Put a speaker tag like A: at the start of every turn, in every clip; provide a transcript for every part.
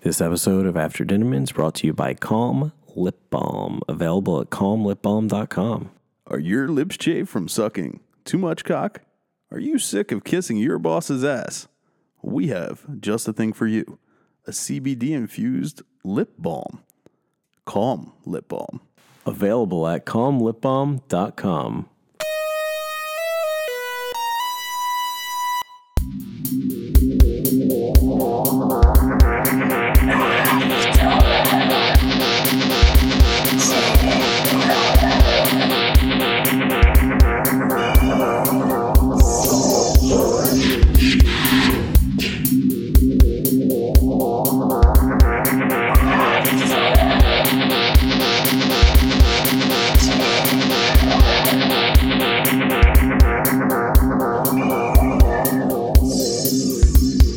A: This episode of After Dinnerman is brought to you by Calm Lip Balm, available at calmlipbalm.com.
B: Are your lips chafed from sucking too much cock? Are you sick of kissing your boss's ass? We have just the thing for you a CBD infused lip balm. Calm lip balm.
A: Available at calmlipbalm.com.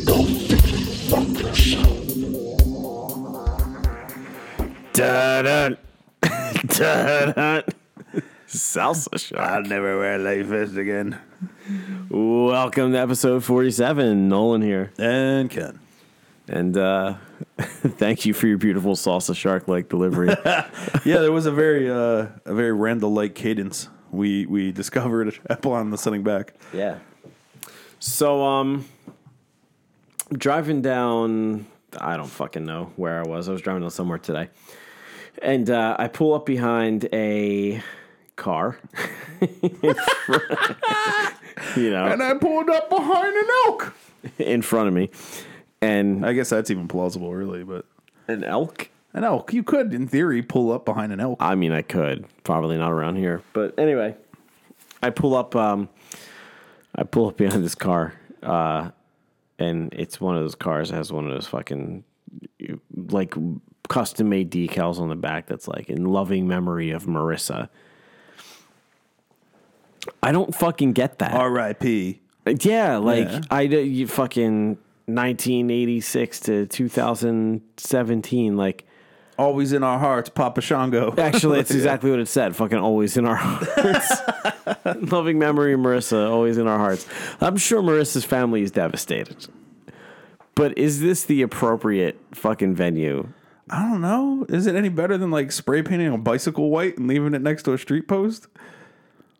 A: Da-da. da Salsa shot.
B: never wear light vest again.
A: Welcome to episode 47. Nolan here.
B: And Ken.
A: And uh, thank you for your beautiful salsa shark like delivery.
B: Yeah, there was a very uh, a very Randall like cadence we we discovered upon the sending back.
A: Yeah. So um driving down I don't fucking know where I was. I was driving down somewhere today. And uh, I pull up behind a car. you know,
B: I pulled up behind an elk.
A: in front of me. And
B: I guess that's even plausible, really. But
A: an elk?
B: an elk, you could, in theory, pull up behind an elk.
A: I mean, I could. Probably not around here. But anyway, I pull up. Um, I pull up behind this car, uh, and it's one of those cars that has one of those fucking like custom made decals on the back that's like in loving memory of Marissa. I don't fucking get that.
B: R.I.P.
A: Yeah, like
B: Yeah.
A: I d- you fucking 1986 to 2017 like
B: Always in our hearts, Papa Shango.
A: Actually, it's exactly what it said. Fucking always in our hearts. Loving memory, Marissa, always in our hearts. I'm sure Marissa's family is devastated. But is this the appropriate fucking venue?
B: I don't know. Is it any better than like spray painting a bicycle white and leaving it next to a street post?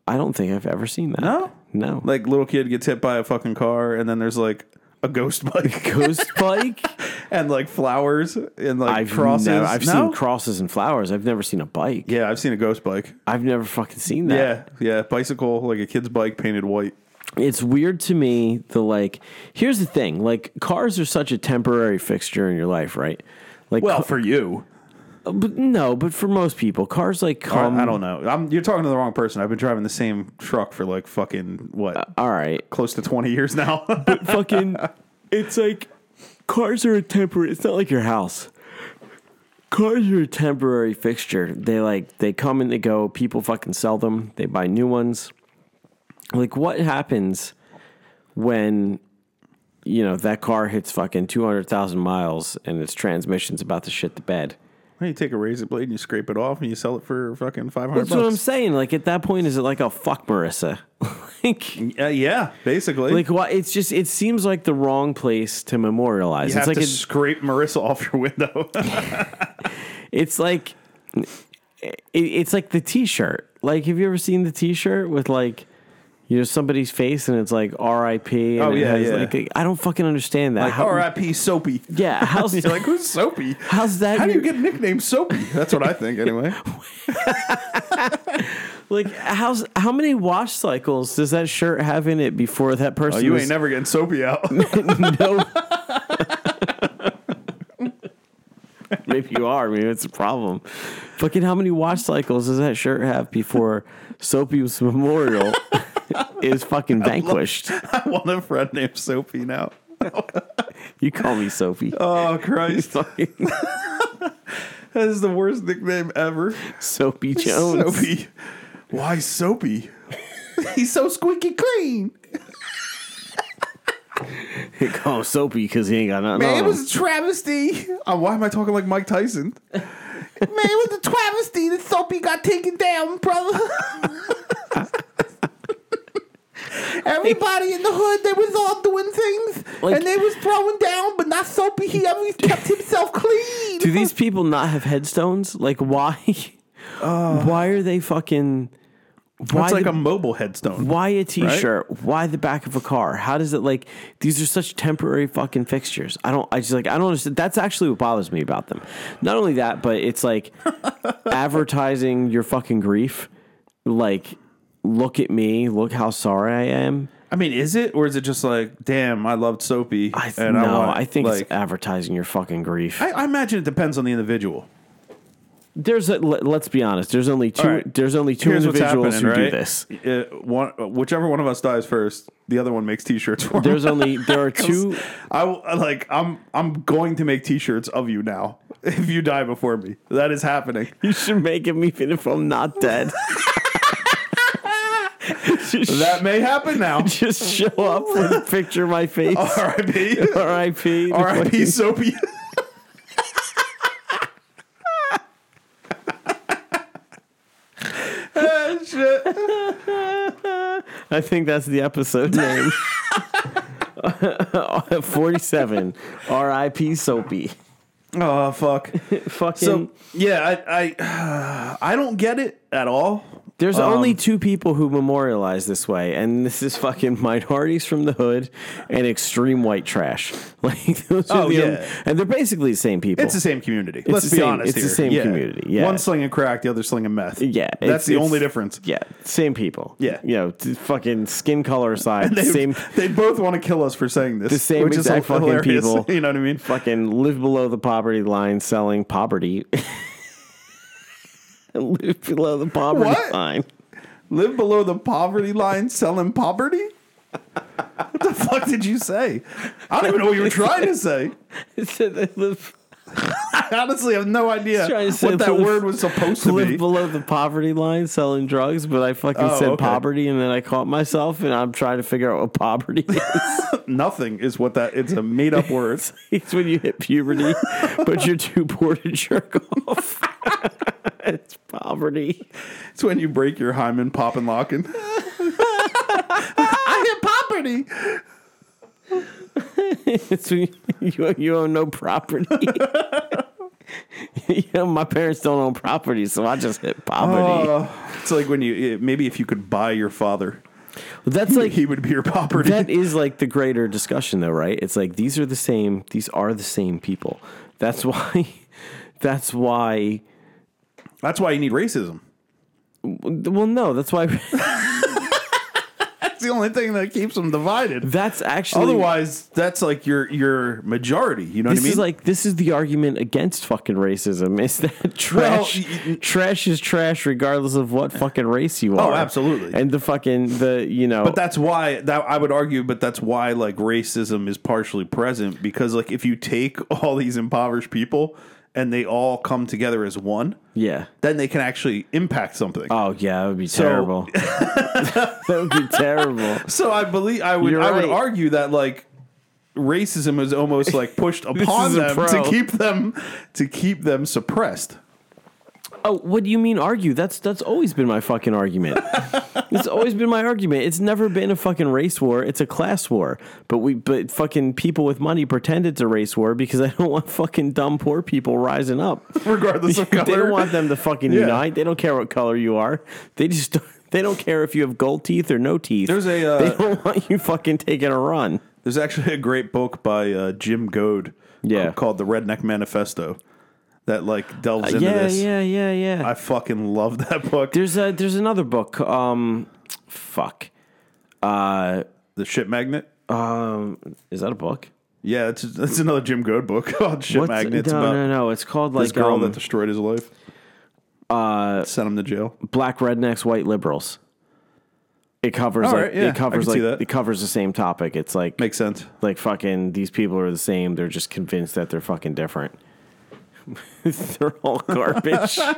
A: I don't think I've ever seen that.
B: No?
A: No.
B: Like little kid gets hit by a fucking car and then there's like a ghost bike
A: Ghost bike?
B: and like flowers and like
A: I've
B: crosses.
A: never- I've
B: No?
A: seen crosses and flowers. I've never seen a bike.
B: yeah, I've seen a ghost bike.
A: I've never fucking seen that.
B: Yeah, yeah, bicycle like a kid's bike painted white.
A: it's weird to me the like here's the thing like cars are such a temporary fixture in your life right like
B: Well, for you,
A: but no but for most people cars like come
B: I don't know. I'm you're talking to the wrong person. I've been driving the same truck for like fucking what,
A: all right
B: close to twenty years now.
A: fucking it's like cars are a temporary it's not like your house cars are a temporary fixture they like they come and they go people fucking sell them they buy new ones like what happens when you know that car hits fucking 200,000 miles and its transmission's about to shit the bed
B: Well, you take a razor blade and you scrape it off and you sell it for fucking five hundred.
A: that's what i'm saying like at that point is it like a fuck marissa like
B: Uh, yeah, basically.
A: like why it's just it seems like the wrong place to memorialize
B: you have
A: it's like
B: to
A: a-
B: scrape Marissa off your window.
A: it's like it, it's like the t-shirt like have you ever seen the t-shirt with like you know somebody's face and it's like rip and
B: Oh,
A: it
B: yeah,
A: has,
B: yeah.
A: like, i don't fucking understand that How-
B: R.I.P. Soapy.
A: yeah how's
B: You're like, who's Soapy?
A: how's that
B: How do you
A: your-
B: get nicknamed Soapy? That's what I think, anyway.
A: like how's how many wash cycles does that shirt have in it before that person
B: Oh, you
A: was-
B: ain't never getting Soapy out.
A: no maybe you are maybe it's a problem fucking how many wash cycles does that shirt have before soapy's memorial is fucking vanquished
B: I want a friend named Soapy now.
A: You call me Sophie.
B: Oh, Christ.
A: Fucking
B: That is the worst nickname ever.
A: Soapy Jones.
B: Soapy. Why Soapy? He's so squeaky clean.
A: They call him Soapy because he ain't got nothing.
B: Man,
A: on
B: it
A: him.
B: was a travesty. Um, Uh, why am I talking like Mike Tyson? Man, it was a travesty that Soapy got taken down, brother.
C: Everybody in the hood, they was all doing things,
A: Like-
C: and they was throwing down, but not soapy. He always kept himself clean.
A: Do these people not have headstones? Like, why? why are they fucking? Why
B: That's like
A: the-
B: a mobile headstone.
A: why a t-shirt? Why the back of a car? How does it like? These are such temporary fucking fixtures. I don't. I just like. I don't understand. That's actually what bothers me about them. Not only that, but it's like advertising your fucking grief. Like, look at me. Look how sorry I am.
B: I mean, is it or is it just like, damn, I loved Soapy,
A: I th-
B: and
A: no. I,
B: I want
A: think
B: like,
A: it's advertising your fucking grief.
B: I, I imagine it depends on the individual.
A: there's a, let- let's be honest. There's only two.
B: All right.
A: There's only two
B: Here's what's
A: individuals
B: happening,
A: who do
B: right?
A: this.
B: Uh, one, whichever one of us dies first, the other one makes T-shirts for
A: There's
B: him.
A: only there are two.
B: I will- like. I'm I'm going to make T-shirts of you now if you die before me. That is happening.
A: You should make him even if I'm not dead. just,
B: That may happen now.
A: just show up with a picture of my face.
B: Oh. R.I.P.
A: R.I.P.
B: R.I.P. Soapy. Ah, shit.
A: I think that's the episode name. Forty-seven. R.I.P. Soapy.
B: Oh fuck.
A: Fucking.
B: So yeah, I I, I don't get it at all.
A: There's
B: Um,
A: only two people who memorialize this way, and this is fucking minorities from the hood and extreme white trash. Like those are
B: Oh,
A: the
B: yeah.
A: only- and they're basically the same people.
B: It's the same community. Let's
A: the
B: be
A: same-
B: honest.
A: it's the
B: here.
A: same community, yeah.
B: One slinging crack, the other slinging meth.
A: Yeah,
B: that's
A: it's-
B: the only
A: it's-
B: difference.
A: yeah, same people.
B: Yeah.
A: you know, t- fucking skin color aside,
B: They,
A: same
B: They both want to kill us for saying this.
A: The same
B: which
A: exact
B: is
A: fucking
B: hilarious.
A: people.
B: You know what I mean?
A: fucking live below the poverty line, selling poverty. live below the poverty
B: What?
A: line.
B: Live below the poverty line, selling poverty. what the fuck did you say? I don't even know what you were trying to say.
A: It said they live
B: I honestly have no idea
A: trying to say
B: what that
A: live-
B: word was supposed to
A: live
B: be.
A: below the poverty line selling drugs, but I fucking
B: Oh,
A: said
B: okay.
A: poverty and then I caught myself and I'm trying to figure out what poverty is.
B: Nothing is what that. It's a made up word.
A: it's when you hit puberty, but you're too poor to jerk off. it's poverty.
B: It's when you break your hymen, popping, locking. I hit poverty.
A: It's when you, you own no property. you know, my parents don't own property, so I just hit poverty.
B: Uh, it's like when you maybe if you could buy your father,
A: That's like
B: he would be your property.
A: that is like the greater discussion though right it's like these are the same these are the same people that's why that's why
B: That's why you need racism.
A: well no that's why
B: That's the only thing that keeps them divided.
A: that's actually
B: Otherwise, that's like your your majority. You know
A: this
B: what I mean?
A: is like this is the argument against fucking racism is that trash
B: y- y-
A: trash is trash regardless of what fucking race you are
B: absolutely.
A: and the fucking the you know
B: but that's why that I would argue, but that's why like racism is partially present because like if you take all these impoverished people and they all come together as one,
A: yeah
B: then they can actually impact something.
A: oh yeah that would be terrible that would be terrible
B: So I believe I would
A: You're
B: I would
A: right.
B: argue that like racism is almost like pushed upon
A: is a
B: them
A: pro.
B: to keep them to keep them suppressed.
A: Oh, what do you mean argue? That's that's always been my fucking argument. it's always been my argument. It's never been a fucking race war. It's a class war. But we but fucking people with money pretend it's a race war because I don't want fucking dumb poor people rising up.
B: Regardless of color.
A: They don't want them to fucking
B: Yeah.
A: unite. They don't care what color you are. They just they don't care if you have gold teeth or no teeth.
B: There's a, uh,
A: they don't want you fucking taking a run.
B: There's actually a great book by uh, Jim Goad
A: Yeah.
B: called The Redneck Manifesto that like delves into
A: Uh, Yeah,
B: this.
A: yeah, yeah, yeah.
B: I fucking love that book.
A: there's a there's another book. Um, fuck. Uh,
B: The Shit Magnet.
A: um, is that a book?
B: Yeah, it's, it's another Jim Goad book called Shit
A: What's-
B: Magnet. It's
A: No,
B: about
A: no, no. It's called
B: this
A: like
B: girl
A: um,
B: that destroyed his life. Uh, Sent him to jail.
A: black rednecks, white liberals. It covers
B: All
A: like
B: right, yeah, I
A: it covers
B: can see
A: like
B: that.
A: it covers the same topic. It's like
B: Makes sense.
A: like fucking these people are the same. They're just convinced that they're fucking different. they're all garbage.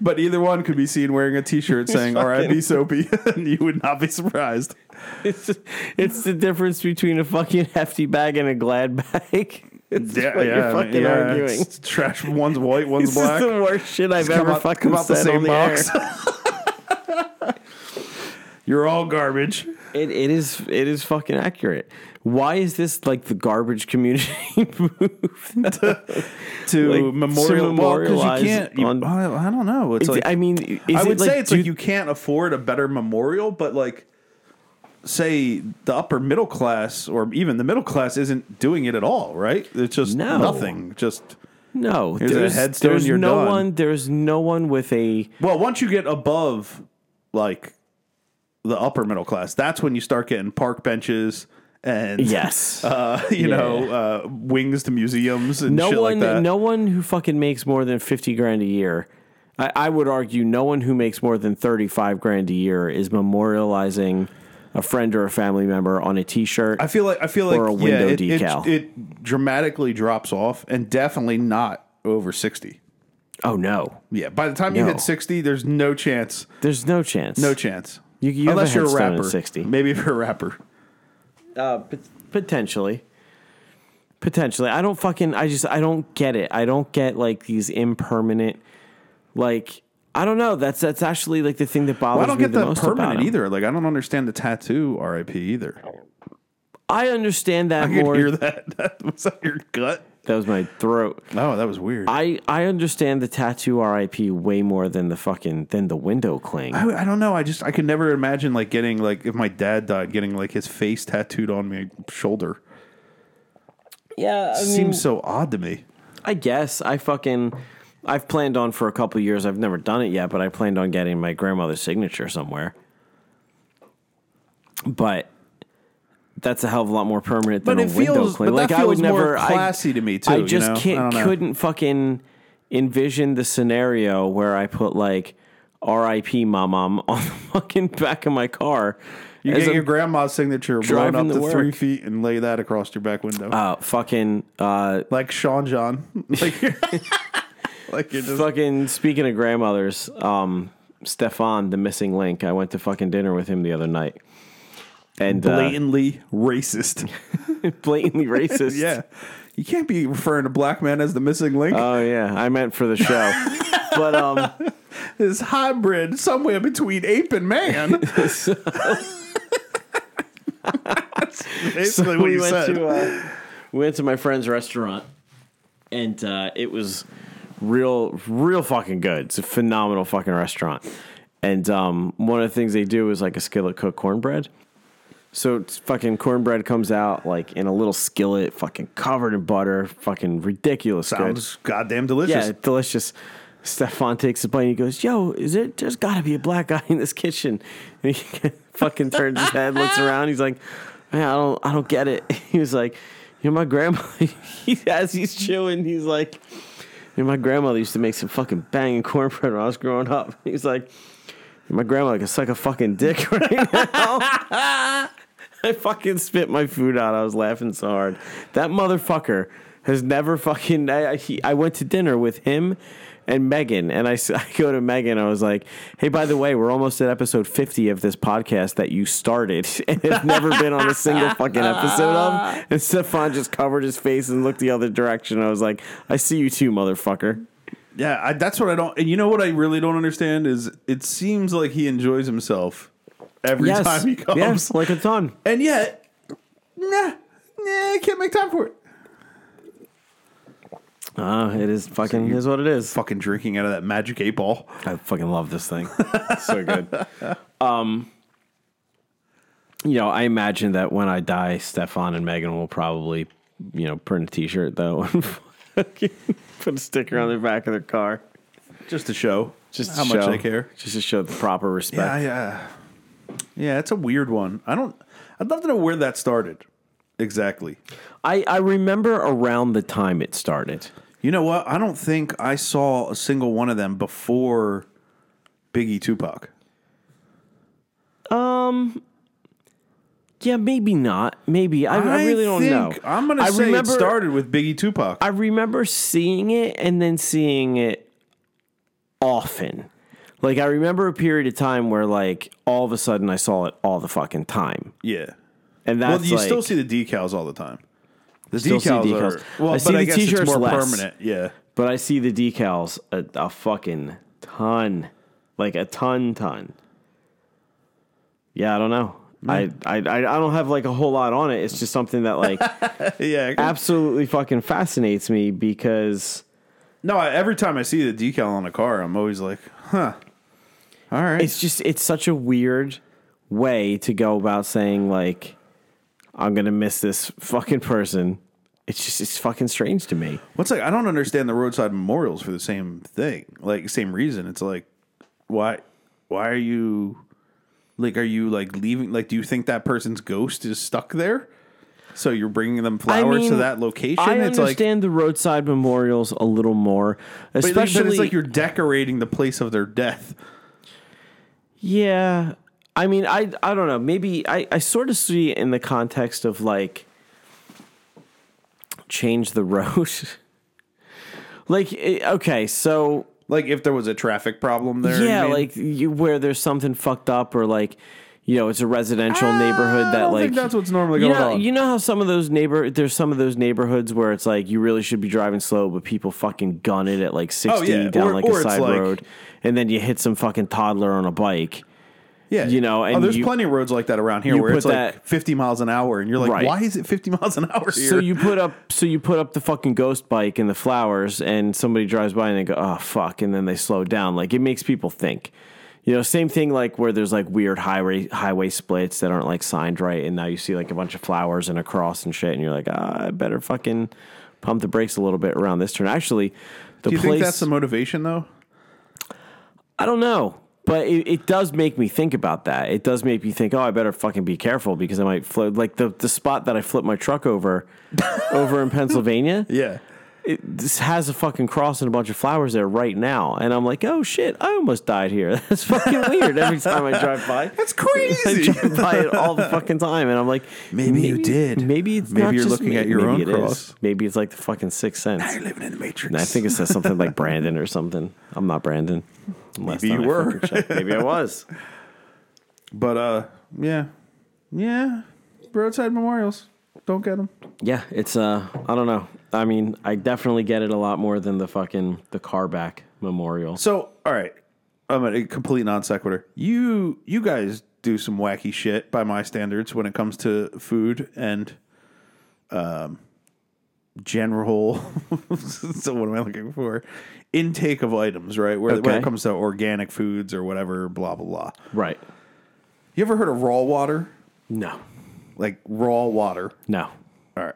B: But either one could be seen wearing a T-shirt saying "R.I.P. Soapy," and you would not be surprised.
A: it's it's the difference between a fucking hefty bag and a glad bag. It's what you're
B: I mean,
A: fucking
B: yeah,
A: arguing.
B: it's trash. One's white,
A: This
B: one's black.
A: is the worst shit I've
B: Come
A: ever
B: out-
A: fucking
B: come out
A: said on the air.
B: You're all garbage.
A: It, it is it is fucking accurate. Why is this like the garbage community movement?
B: To
A: Like, to
B: memorial, well, 'cause
A: memorialize
B: you can't. You,
A: on-
B: I, I don't know. It's like
A: I mean, is
B: I would
A: it like,
B: say it's
A: do-
B: like you can't afford a better memorial, but like, say the upper middle class or even the middle class isn't doing it at all, right? It's just
A: No.
B: nothing. Just
A: no.
B: Here's a
A: There's,
B: headstone,
A: there's
B: you're
A: no
B: done.
A: one. There's no one with a
B: well, once you get above like the upper middle class, that's when you start getting park benches and
A: yes.
B: uh, you know, uh, wings to museums and
A: no
B: shit
A: one.
B: like that.
A: no one who fucking makes more than fifty grand a year. I, I would argue no one who makes more than thirty five grand a year is memorializing a friend or a family member on a T-shirt.
B: I feel like I feel like
A: Or a
B: yeah,
A: window
B: it, it-
A: decal.
B: It, dramatically drops off, and definitely not over sixty.
A: oh no,
B: Yeah, by the time you
A: No.
B: hit sixty, there's no chance,
A: there's no chance.
B: no chance.
A: You- you have a
B: Unless you're a
A: headstone at
B: rapper,
A: 60.
B: Maybe if you're a rapper,
A: Uh, pot- potentially. Potentially. I don't fucking I just I don't get it. I don't get like these impermanent like I don't know. That's that's actually like the thing that bothers
B: I don't
A: me
B: get
A: the
B: that
A: most about
B: permanent
A: him.
B: either. Like I don't understand the tattoo RIP either.
A: I understand that
B: I could
A: more.
B: hear that. that was that your gut?
A: That was my throat.
B: Oh, that was weird. I,
A: I I understand the tattoo RIP way more than the fucking than the window cling.
B: I don't know. I just I could never imagine like getting like if my dad died, getting like his face tattooed on my shoulder.
A: Yeah, I
B: Seems so odd to me.
A: I guess I fucking I've planned on for a couple years. I've never done it yet, but I planned on getting my grandmother's signature somewhere. But that's a hell of a lot more permanent than
B: But
A: a
B: it
A: window
B: feels-
A: cling.
B: but
A: Like
B: that
A: I would
B: feels more
A: never I-
B: classy to me, too,
A: I
B: you
A: just
B: know? I
A: can't
B: don't know.
A: couldn't fucking envision the scenario where I put like R.I.P. my mom on the fucking back of my car.
B: You
A: as
B: get
A: I'm
B: your grandma's signature blown
A: driving
B: up
A: to
B: to three
A: work.
B: feet and lay that across your back window.
A: uh, fucking uh,
B: like Sean John. Like, you're- like you're just
A: fucking speaking of grandmothers, um, Stefan, the missing link. I went to fucking dinner with him the other night, and uh,
B: blatantly racist.
A: blatantly racist.
B: yeah. You can't be referring to black man as the missing link.
A: Oh yeah, I meant for the show, but um,
B: this hybrid somewhere between ape and man. That's basically
A: so
B: what
A: we
B: you
A: went
B: said.
A: to uh, we went to my friend's restaurant, and uh, it was real, real fucking good. It's a phenomenal fucking restaurant, and um, one of the things they do is like a skillet cooked cornbread. So it's fucking cornbread comes out like in a little skillet, fucking covered in butter, fucking ridiculous. good.
B: Sounds goddamn delicious.
A: Yeah, delicious. Stefan takes a bite and he goes, Yo, is it there's gotta be a black guy in this kitchen? And he fucking turns his head, looks around, he's like, Man, I don't I don't get it. He was like, You know, my grandma he as he's chewing, he's like, You know, my grandmother used to make some fucking banging cornbread when I was growing up. He's like, My grandma can suck a fucking dick right I fucking spit my food out. I was laughing so hard. That motherfucker has never fucking. I, I, he, I went to dinner with him and Megan, and I, s- I go to Megan. I was like, "Hey, by the way, we're almost at episode fifty of this podcast that you started and have never been on a single fucking episode of." And Stefan just covered his face and looked the other direction. I was like, "I see you too, motherfucker."
B: Yeah, I, that's what I don't. And you know what I really don't understand is it seems like he enjoys himself every time he comes.
A: yes, like a ton.
B: And yet, nah, nah, I can't make time for it.
A: Ah, it is fucking is what it is.
B: Fucking drinking out of that magic eight ball.
A: I fucking love this thing. so good. Um, you know, I imagine that when I die, Stefan and Megan will probably, you know, print a T-shirt though and fucking put a sticker on the back of their car
B: Just to show
A: just to
B: how much
A: show-
B: I care.
A: just to show the proper respect.
B: Yeah, yeah. Yeah, it's a weird one. I don't, I'd love to know where that started exactly.
A: I I remember around the time it started.
B: You know what? I don't think I saw a single one of them before Biggie Tupac.
A: Yeah, maybe not. Maybe I, I, really don't know.
B: think- I'm going to
A: I
B: say
A: remember-
B: it started with Biggie Tupac.
A: I remember seeing it and then seeing it often. Like I remember a period of time where like all of a sudden I saw it all the fucking time.
B: yeah.
A: And that's
B: Well, you
A: like,
B: still see the decals all the time. The
A: Still
B: decals,
A: see decals.
B: are well,
A: I
B: but
A: see
B: I
A: the
B: guess
A: t-shirts
B: it's more
A: less.
B: permanent. Yeah,
A: but I see the decals a, a fucking ton. Like a ton ton. Yeah, I don't know. I, I I I don't have like a whole lot on it. It's just something that like
B: Yeah.
A: absolutely fucking fascinates me because
B: No, I, every time I see the decal on a car, I'm always like, huh. All right.
A: it's just it's such a weird way to go about saying like I'm gonna miss this fucking person. It's just it's fucking strange to me.
B: What's like? I don't understand the roadside memorials for the same thing, like same reason. It's like, why, why are you, like, are you like leaving? Like, do you think that person's ghost is stuck there? So you're bringing them flowers to
A: mean,
B: that location.
A: I
B: it's like,
A: understand the roadside memorials a little more,
B: but like-
A: especially
B: but it's like you're decorating the place of their death.
A: Yeah. I mean, I I don't know. Maybe I, I sort of see it in the context of like change the road. like eh, okay, so
B: Like if there was a traffic problem there.
A: yeah,
B: I mean,
A: like you, where there's something fucked up or like you know, it's a residential neighborhood
B: Ah, I
A: that
B: don't
A: like
B: think that's what's normally
A: you
B: going
A: know,
B: on.
A: you know how some of those neighbor there's some of those neighborhoods where it's like you really should be driving slow, but people fucking gun it at like sixty
B: Oh, yeah,
A: down
B: or-
A: like
B: or
A: a
B: it's
A: side
B: like-
A: road, and then you hit some fucking toddler on a bike.
B: yeah,
A: you know,
B: oh,
A: and
B: there's
A: you-
B: plenty of roads like that around here
A: you
B: where
A: put
B: it's like
A: that-
B: 50 miles an hour, and you're like,
A: Right.
B: why is it 50 miles an hour here?
A: So you put up, so you put up the fucking ghost bike and the flowers, and somebody drives by and they go, "Oh fuck!" and then they slow down. Like it makes people think. You know, same thing like where there's like weird highway highway splits that aren't like signed right, and now you see like a bunch of flowers and a cross and shit, and you're like, ah, I better fucking pump the brakes a little bit around this turn. Actually, the
B: do you
A: place
B: think that's the motivation though?
A: I don't know. But it, it does make me think about that. It does make me think, oh, I better fucking be careful because I might float. Like the, the spot that I flipped my truck over, over in Pennsylvania,
B: Yeah.
A: it this has a fucking cross and a bunch of flowers there right now. And I'm like, oh shit, I almost died here. That's fucking weird every time I drive by.
B: That's
A: I
B: crazy.
A: drive by it all the fucking time, and I'm like,
B: Maybe you did.
A: Maybe it's
B: Maybe
A: not
B: you're
A: just
B: looking
A: me.
B: at your
A: Maybe
B: own
A: it is.
B: cross.
A: Maybe it's like the fucking sixth sense.
B: You're living in the Matrix.
A: I think it says something like Brandon or something. I'm not Brandon. Last
B: Maybe
A: time
B: you
A: I
B: were.
A: fucking checked. Maybe I was.
B: But uh, yeah, yeah. Roadside memorials. Don't get them.
A: Yeah, it's uh, I don't know. I mean, I definitely get it a lot more than the fucking the car back memorial.
B: So all right, I'm a complete non sequitur. You you guys do some wacky shit by my standards when it comes to food and um general. so what am I looking for? Intake of items, right? Where, where
A: Okay.
B: it comes to organic foods or whatever, blah blah blah.
A: Right?
B: You ever heard of raw water?
A: No,
B: Like raw water.
A: no.
B: All right.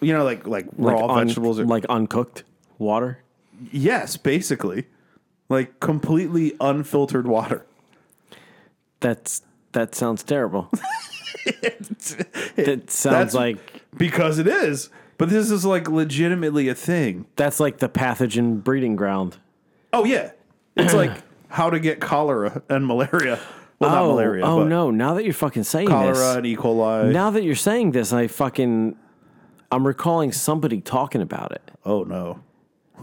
B: You know, like like raw
A: un-
B: vegetables. Are,
A: like uncooked water.
B: yes, basically, like completely unfiltered water.
A: That's that sounds terrible. that sounds
B: That's-
A: like
B: because it is. But this is like legitimately a thing.
A: that's like the pathogen breeding ground.
B: Oh yeah, it's like how to get cholera and malaria. Well, not
A: oh,
B: malaria.
A: oh
B: but
A: no! Now that you're fucking saying
B: Cholera
A: this,
B: and E. coli.
A: now that you're saying this, I fucking I'm recalling somebody talking about it.
B: Oh no.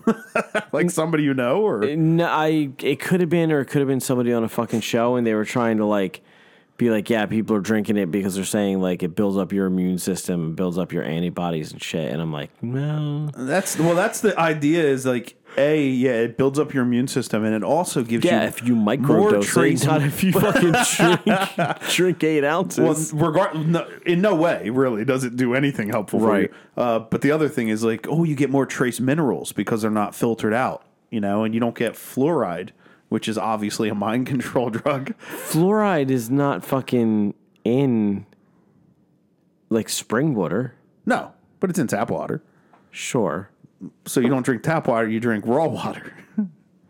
B: like somebody you know, or
A: No, I it could have been or it could have been somebody on a fucking show and they were trying to like be like, yeah, people are drinking it because they're saying like it builds up your immune system and builds up your antibodies and shit. And I'm like, no.
B: that's well. That's the idea. Is like a yeah, it builds up your immune system, and it also gives
A: Yeah,
B: you
A: if you microdose
B: trace-
A: it, not if you fucking drink, drink eight ounces.
B: Well, regard no, in no way really does it do anything helpful
A: Right.
B: for you. Uh, but the other thing is like, oh, you get more trace minerals because they're not filtered out, you know, and you don't get fluoride, which is obviously a mind control drug.
A: Fluoride is not fucking in like spring water.
B: No, but it's in tap water,
A: Sure.
B: so you don't drink tap water; you drink raw water.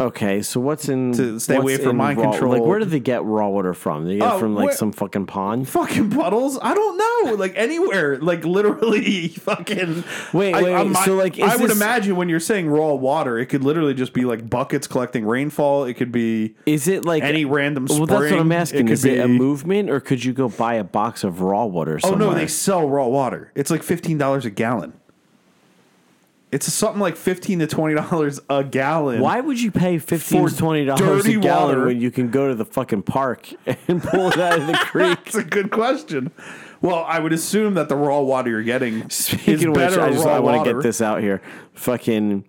A: Okay, so what's in
B: To stay
A: what's
B: away from
A: in
B: mind
A: raw-
B: control.
A: Like, where did they get raw water from? They get
B: Oh,
A: it from like
B: where-
A: some fucking pond.
B: Fucking puddles? I don't know. Like anywhere, like literally, fucking.
A: Wait, wait,
B: I'm
A: wait,
B: not-
A: so, like, is
B: I would
A: this-
B: imagine when you're saying raw water, it could literally just be like buckets collecting rainfall. It could be
A: Is it like
B: any random spring.
A: Well, that's what I'm asking.
B: could
A: Is it a
B: be-
A: movement, or could you go buy a box of raw water?
B: Oh
A: Somewhere?
B: no, they sell raw water. It's like fifteen dollars a gallon. It's something like fifteen to twenty dollars a gallon.
A: Why would you pay fifteen to
B: For
A: twenty dollars
B: dirty
A: a gallon
B: water.
A: when you can go to the fucking park and pull it out of the creek?
B: That's a good question. Well, I would assume that the raw water you're getting is
A: Speaking of which,
B: better.
A: I just
B: raw
A: I want to
B: water.
A: get this out here. Fucking.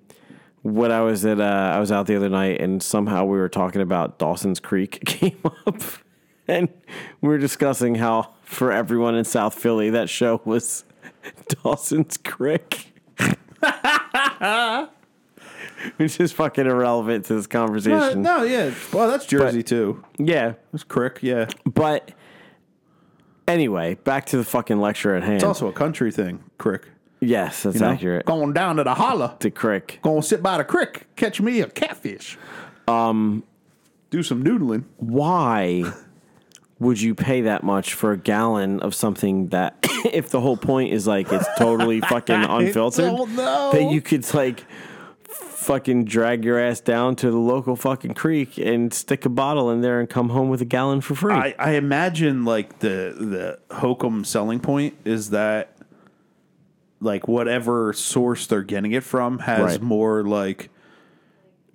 A: When I was at, uh, I was out the other night, and somehow we were talking about Dawson's Creek came up. and we were discussing how for everyone in South Philly, that show was Dawson's Creek. Which is fucking irrelevant to this
B: No,
A: conversation.
B: Uh, no, yeah. Well, that's Jersey too.
A: Yeah.
B: That's Crick. Yeah, it's
A: But anyway, back to the fucking lecture at hand.
B: also a country thing. Crick.
A: yes, that's accurate.
B: Going down to the holler.
A: The crick.
B: Going to sit by the crick, catch me a catfish. Um, do some noodling.
A: Why would you pay that much for a gallon of something that, if the whole point is like it's totally fucking unfiltered,
B: don't know.
A: that you could like fucking drag your ass down to the local fucking creek and stick a bottle in there and come home with a gallon for free?
B: I, I imagine like the the hokum selling point is that like whatever source they're getting it from has
A: Right.
B: more like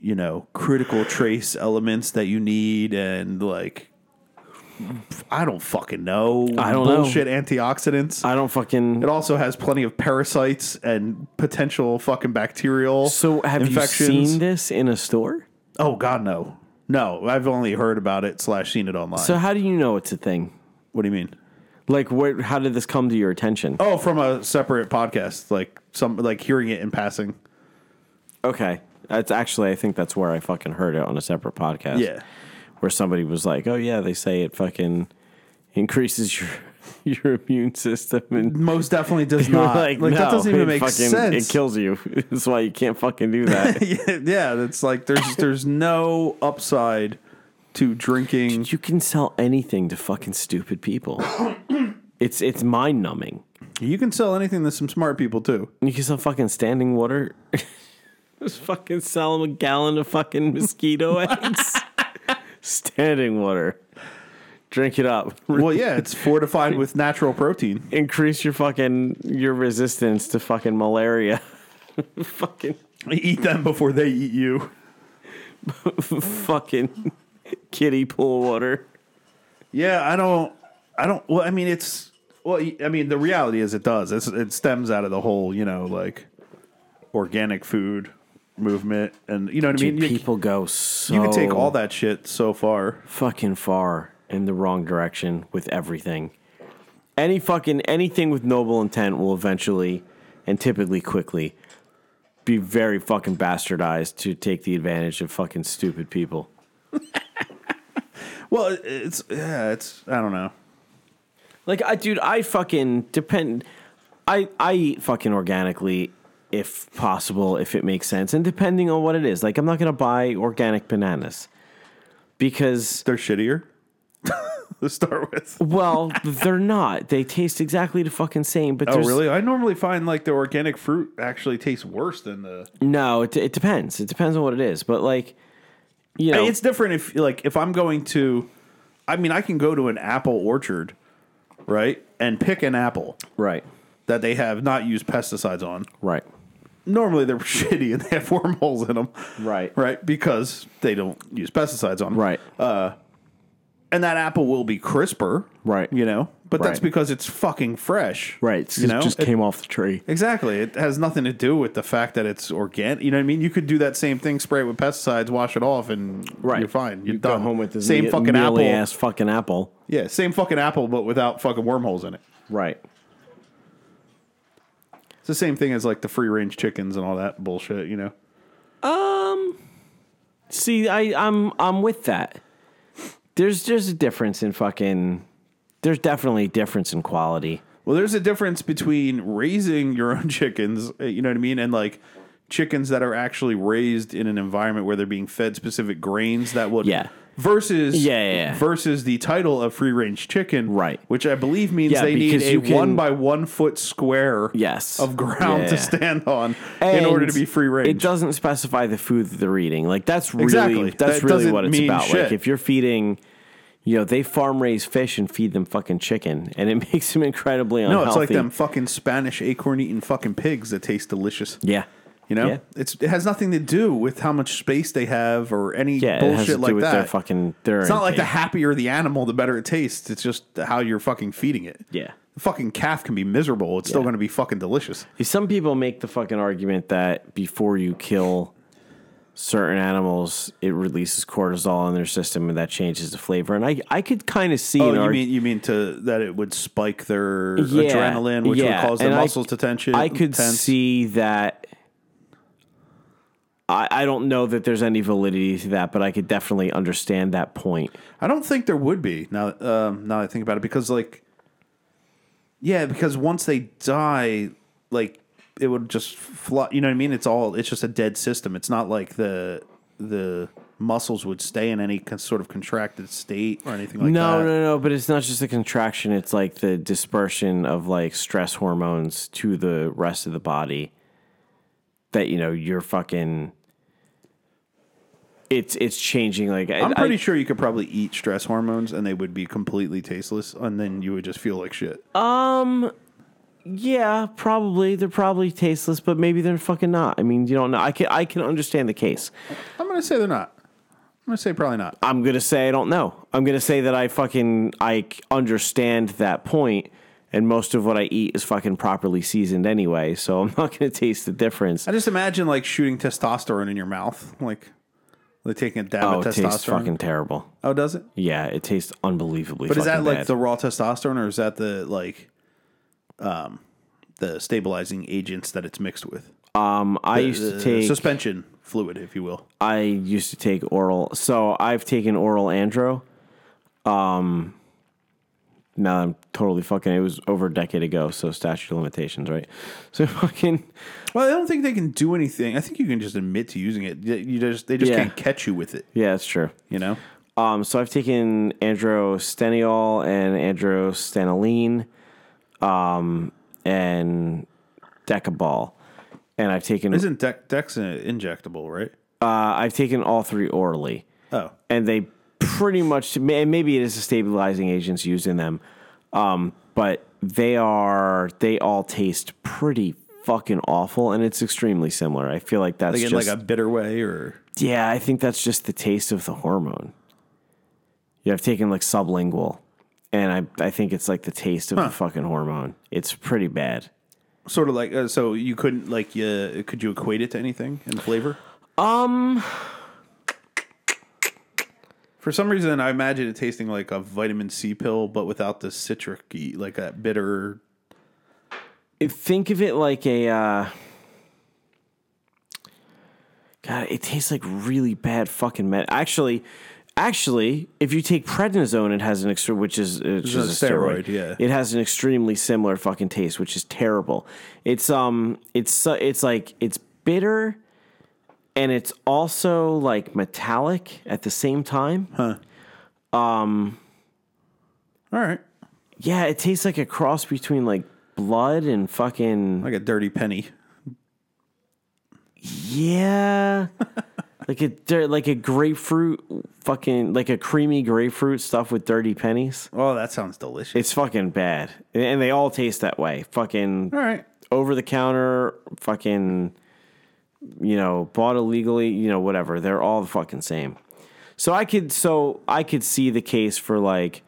B: you know critical trace elements that you need and like I don't fucking know
A: I don't know.
B: bullshit antioxidants.
A: I don't fucking.
B: it also has plenty of parasites and potential fucking bacterial
A: So have
B: infections.
A: you seen this in a store?
B: Oh god no. No, I've only heard about it slash seen it online.
A: So how do you know it's a thing?
B: what do you mean?
A: Like, where, how did this come to your attention?
B: Oh, from a separate podcast, like some like hearing it in passing.
A: Okay. That's actually, I think that's where I fucking heard it on a separate podcast. Where somebody was like, oh, yeah, they say it fucking increases your your immune system. And
B: most definitely does
A: you're
B: not.
A: like,
B: Like,
A: no,
B: that doesn't
A: it
B: even make
A: fucking,
B: sense.
A: It kills you. That's why you can't fucking do that.
B: yeah, yeah, that's like there's there's no upside to drinking.
A: you can sell anything to fucking stupid people. It's it's mind numbing.
B: You can sell anything to some smart people too.
A: You can sell fucking standing water. Just fucking sell them a gallon of fucking mosquito eggs. standing water. Drink it up.
B: Well, yeah, it's fortified with natural protein.
A: increase your fucking your resistance to fucking malaria. fucking
B: Eat them before they eat you.
A: fucking kitty pool water.
B: Yeah, I don't. I don't. Well, I mean, it's. Well, I mean, the reality is it does. It's, it stems out of the whole, you know, like organic food movement, and you know what I mean. You-
A: people go so
B: you can take
A: Oh.
B: all that shit so far.
A: fucking far in the wrong direction with everything. Any fucking anything with noble intent will eventually and typically quickly be very fucking bastardized to take the advantage of fucking stupid people.
B: Well, it- it's yeah, it's I don't know.
A: Like I dude, I fucking depend I I eat fucking organically if possible, if it makes sense, and depending on what it is. Like I'm not gonna buy organic bananas. Because
B: They're shittier to start with.
A: well, they're not. They taste exactly the fucking same, but
B: Oh,
A: there's
B: really? I normally find like the organic fruit actually tastes worse than the.
A: no, it, it depends. It depends on what it is. But like you know
B: It's different if like if I'm going to, I mean, I can go to an apple orchard, right, and pick an apple
A: Right.
B: that they have not used pesticides on.
A: Right.
B: Normally they're shitty and they have wormholes in them,
A: Right.
B: right? Because they don't use pesticides on them,
A: Right.
B: and that apple will be crisper,
A: Right.
B: You know, but that's
A: Right.
B: because it's fucking fresh,
A: right. It's
B: You know,
A: just
B: It-
A: came off the tree.
B: exactly. It has nothing to do with the fact that it's organic. You know what I mean? You could do that same thing, spray it with pesticides, wash it off, and
A: Right.
B: you're fine. You're
A: You go
B: done.
A: home with this
B: same
A: me-
B: fucking apple.
A: mealy ass fucking apple.
B: Yeah, same fucking apple, but without fucking wormholes in it.
A: Right.
B: It's the same thing as like the free range chickens and all that bullshit. You know?
A: See, I, I'm I'm with that. There's there's a difference in fucking. There's definitely a difference in quality.
B: Well, there's a difference between raising your own chickens, uh, you know what I mean, and like chickens that are actually raised in an environment where they're being fed specific grains that would
A: Yeah.
B: versus
A: Yeah, yeah, yeah.
B: versus the title of free range chicken
A: Right.
B: which I believe means
A: Yeah,
B: they need
A: because
B: a
A: you can-
B: one by one foot square
A: Yes.
B: of ground
A: Yeah.
B: to stand on in order to
A: And
B: be free
A: It
B: range.
A: doesn't specify the food that they're eating. Like that's really
B: Exactly.
A: that's
B: That
A: really
B: doesn't
A: what it's
B: mean
A: about. Like
B: shit.
A: if you're feeding, you know, they farm raise fish and feed them fucking chicken, and it makes them incredibly
B: no,
A: unhealthy.
B: it's like them fucking Spanish acorn eating fucking pigs that taste delicious.
A: Yeah.
B: You know,
A: Yeah.
B: it's it has nothing to do with how much space they have or any
A: Yeah, it has to do
B: bullshit like
A: with
B: that.
A: their fucking. Their
B: It's not like the
A: intake.
B: happier the animal, the better it tastes. It's just how you're fucking feeding it.
A: Yeah.
B: The fucking calf can be miserable. It's still
A: Yeah.
B: going to be fucking delicious.
A: Some people make the fucking argument that before you kill certain animals it releases cortisol in their system and that changes the flavor. And I I could kind of see
B: Oh,
A: an
B: you
A: arg-
B: mean you mean to that it would spike their
A: Yeah,
B: adrenaline, which
A: yeah,
B: would cause their
A: and I-
B: muscles to tension.
A: I could
B: tense.
A: see that. I, I don't know that there's any validity to that, but I could definitely understand that point.
B: I don't think there would be now. Um, now that I think about it, because like, yeah, because once they die, like it would just fly. You know what I mean? It's all. It's just a dead system. It's not like the the muscles would stay in any con- sort of contracted state or anything like
A: no,
B: that.
A: no, no, but it's not just the contraction, it's like the dispersion of like stress hormones to the rest of the body that you know, you're fucking it's it's changing like I-
B: I'm pretty
A: I,
B: sure you could probably eat stress hormones and they would be completely tasteless, and then you would just feel like shit.
A: Yeah, probably. They're probably tasteless, but maybe they're fucking not. I mean, you don't know. I can I can understand the case.
B: I'm gonna say they're not. I'm gonna say probably not.
A: I'm gonna say I don't know. I'm gonna say that I fucking I c- understand that point, and most of what I eat is fucking properly seasoned anyway, so I'm not gonna taste the difference.
B: I just imagine like shooting testosterone in your mouth, like like taking a dab
A: Oh,
B: of
A: it tastes
B: testosterone.
A: fucking terrible.
B: oh, does it?
A: Yeah, it tastes unbelievably.
B: But is that
A: fucking
B: like
A: bad.
B: the raw testosterone, or is that the like, um, the stabilizing agents that it's mixed with?
A: um? I used
B: The
A: to take.
B: suspension fluid, if you will.
A: I used to take oral. So I've taken oral andro. Um, now I'm totally fucking. It was over a decade ago, so statute of limitations, right? So fucking.
B: Well, I don't think they can do anything. I think you can just admit to using it. They- You just they just
A: Yeah.
B: can't catch you with it.
A: Yeah, that's true.
B: You know.
A: Um, so I've taken androsteniol and androstanoline, um, and decabal, and I've taken. Uh,
B: Isn't dex, dex an injectable, right?
A: I've taken all three orally.
B: Oh,
A: and they pretty much and maybe it is the stabilizing agents used in them um, but they are they all taste pretty fucking awful and it's extremely similar i feel like that's
B: like in
A: just
B: like a bitter way, or
A: yeah i think that's just the taste of the hormone yeah i've taken like sublingual and i, I think it's like the taste of the fucking hormone it's pretty bad
B: sort of like uh, so you couldn't like uh, could you equate it to anything in flavor? Um, for some reason, I imagine it tasting like a vitamin C pill, but without the citricy, like that bitter.
A: It- think of it like a uh, God, it tastes like really bad fucking med. Actually, actually, if you take prednisone, it has an extra, which is uh, which
B: a
A: is a steroid.
B: steroid, yeah.
A: it has an extremely similar fucking taste, which is terrible. It's um, it's so- it's like it's bitter, and it's also like metallic at the same time.
B: All right,
A: Yeah, it tastes like a cross between like blood and fucking.
B: like a dirty penny.
A: Yeah. like a dir- like a grapefruit fucking like a creamy grapefruit stuff with dirty pennies.
B: Oh, that sounds delicious.
A: It's fucking bad. And they all taste that way. Fucking
B: All right,
A: over the counter, fucking you know, bought illegally, you know, whatever. They're all the fucking same. So I could so I could see the case for like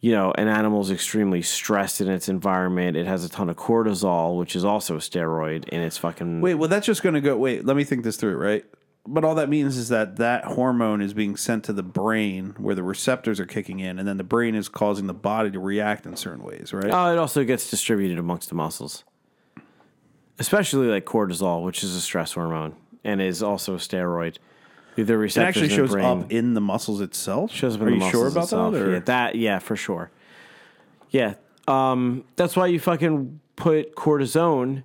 A: you know, an animal's extremely stressed in its environment. It has a ton of cortisol, which is also a steroid, and it's fucking
B: wait. Well, that's just going to go. Wait, let me think this through. Right. But all that means is that that hormone is being sent to the brain where the receptors are kicking in, and then the brain is causing the body to react in certain ways, right?
A: Oh, it also gets distributed amongst the muscles, especially like cortisol, which is a stress hormone and is also a steroid. The receptors
B: It actually
A: in the
B: shows
A: brain
B: up in the muscles itself.
A: shows up in
B: Are
A: the
B: you
A: muscles
B: sure about
A: itself.
B: that? or-
A: Yeah, that yeah, for sure. Yeah, um, that's why you fucking put cortisone,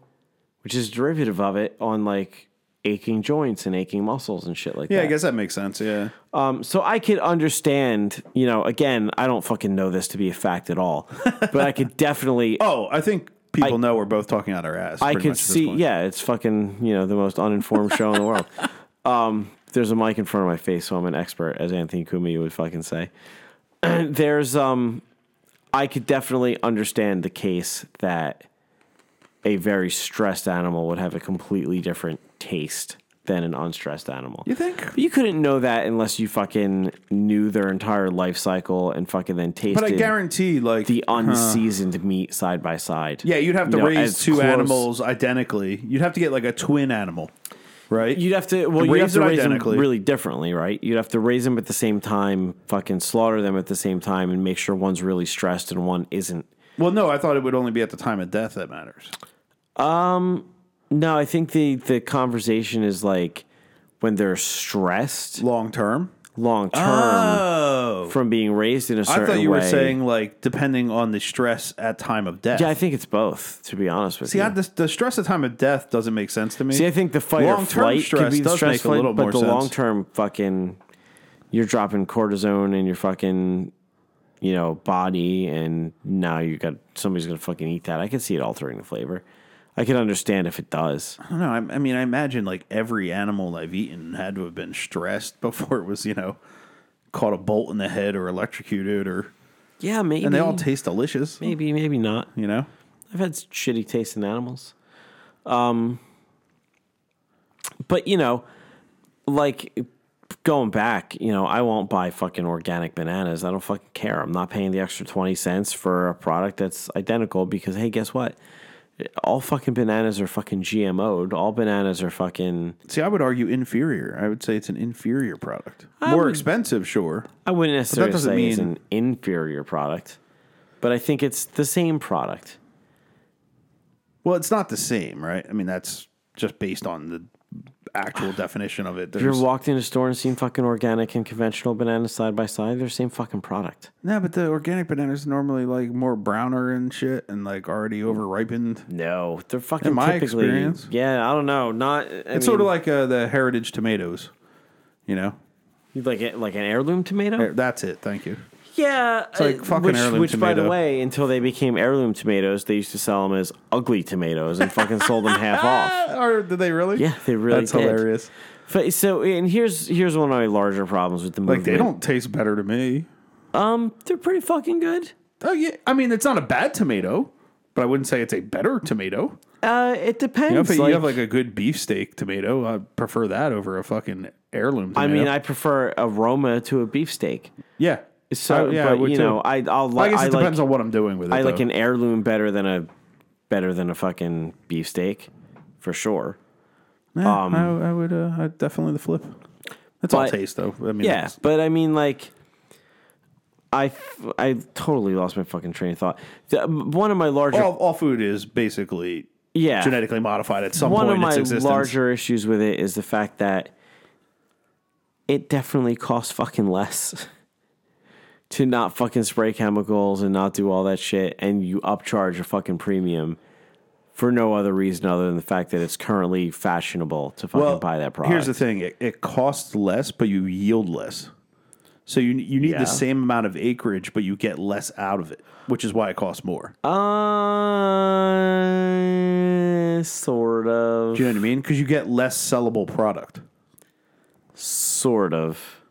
A: which is derivative of it, on like aching joints and aching muscles and shit like
B: Yeah,
A: that.
B: I guess that makes sense. Yeah,
A: Um, so I could understand. You know, again, I don't fucking know this to be a fact at all, but I could definitely
B: Oh, I think people know we're both talking out our ass.
A: I
B: pretty
A: could
B: much at this
A: see.
B: point.
A: Yeah, it's fucking you know the most uninformed show in the world. Um, there's a mic in front of my face, so I'm an expert, as Anthony Kumi would fucking say. there's um, I could definitely understand the case that a very stressed animal would have a completely different taste than an unstressed animal.
B: You think?
A: But you couldn't know that unless you fucking knew their entire life cycle and fucking then tasted
B: But I guarantee, like,
A: the unseasoned meat side by side.
B: yeah, you'd have to
A: You know,
B: raise
A: as
B: two
A: close-
B: animals identically. You'd have to get like a twin animal. right?
A: You'd have to well, you have
B: Raise
A: to
B: it
A: raise
B: identically.
A: them really differently, right? You'd have to raise them at the same time, fucking slaughter them at the same time, and make sure one's really stressed and one isn't.
B: well, no, I thought it would only be at the time of death that matters.
A: No, I think the the conversation is like when they're stressed
B: Long term.
A: long term
B: Oh,
A: from being raised in a certain
B: I
A: way.
B: thought you were saying like depending on the stress at time of death.
A: Yeah, I think it's both. To be honest with
B: See,
A: you,
B: I, the, the stress at time of death doesn't make sense to me.
A: See, I think the fight or
B: Long-term
A: flight
B: stress
A: could be the
B: does
A: stress
B: make a
A: flight,
B: little
A: but
B: more
A: the
B: sense.
A: long term fucking, you're dropping cortisone in your fucking, you know, body, and now you got somebody's gonna fucking eat that. I can see it altering the flavor. I can understand if it does.
B: I don't know. I, I mean, I imagine like every animal I've eaten had to have been stressed before it was, you know, caught a bolt in the head or electrocuted or.
A: Yeah, maybe.
B: And they all taste delicious,
A: maybe, maybe not.
B: you know?
A: I've had shitty taste in animals. Um, but you know, like going back, you know, I won't buy fucking organic bananas. I don't fucking care. I'm not paying the extra 20 cents for a product that's identical because hey, guess what? All fucking bananas are fucking GMO'd. All bananas are fucking
B: See, I would argue inferior. I would say it's an inferior product.
A: I
B: More
A: would-
B: expensive, sure.
A: I wouldn't necessarily
B: doesn't
A: say it's
B: mean-
A: an inferior product, but I think it's the same product.
B: Well, it's not the same, right? I mean, that's just based on the actual definition of it.
A: If you
B: There's,
A: ever walked in a store and seen fucking organic and conventional bananas side by side, they're the same fucking product.
B: no, but the organic bananas are normally like more browner and shit and like already overripened.
A: No, they're fucking
B: In my
A: typically.
B: experience.
A: Yeah, I don't know. Not I
B: It's sort of like uh, the heritage tomatoes, you know?
A: like a- like an heirloom tomato.
B: That's it. Thank you.
A: Yeah, it's
B: like fucking
A: which,
B: heirloom
A: Which, by the
B: tomato.
A: way, until they became heirloom tomatoes, they used to sell them as ugly tomatoes and fucking sold them half off.
B: Or Uh, did they really?
A: Yeah, they really
B: That's
A: did.
B: hilarious.
A: But, so, and here's here's one of my larger problems with the movie.
B: Like they don't taste better to me.
A: Um, they're pretty fucking good.
B: Oh yeah, I mean it's not a bad tomato, but I wouldn't say it's a better tomato.
A: Uh, it depends.
B: You know, if you
A: like-
B: have like a good beefsteak tomato, I prefer that over a fucking heirloom. tomato.
A: I mean, I prefer aroma to a beefsteak.
B: yeah.
A: So,
B: I- yeah, I
A: but,
B: would
A: you
B: too.
A: know, I I'll
B: Well, I
A: like
B: guess
A: I
B: it
A: like
B: depends on what I'm doing with it.
A: I like
B: though.
A: an heirloom better than a better than a fucking beefsteak for sure.
B: Yeah, I, I would uh, I'd definitely the flip. That's all
A: um, but-
B: taste though. I mean,
A: Yeah,
B: it's-
A: but I mean like I f- I totally lost my fucking train of thought. The- one of my larger
B: all, all food is basically
A: yeah
B: genetically modified at some
A: one
B: point
A: of
B: in its
A: my
B: existence.
A: larger issues with it is the fact that it definitely costs fucking less to not fucking spray chemicals and not do all that shit and you upcharge a fucking premium for no other reason other than the fact that it's currently fashionable to fucking buy that product.
B: Here's the thing: it, it costs less, but you yield less. So you you need
A: Yeah.
B: the same amount of acreage, but you get less out of it, which is why it costs more.
A: Uh, sort of.
B: Do you know what I mean? Because you get less sellable product.
A: Sort of.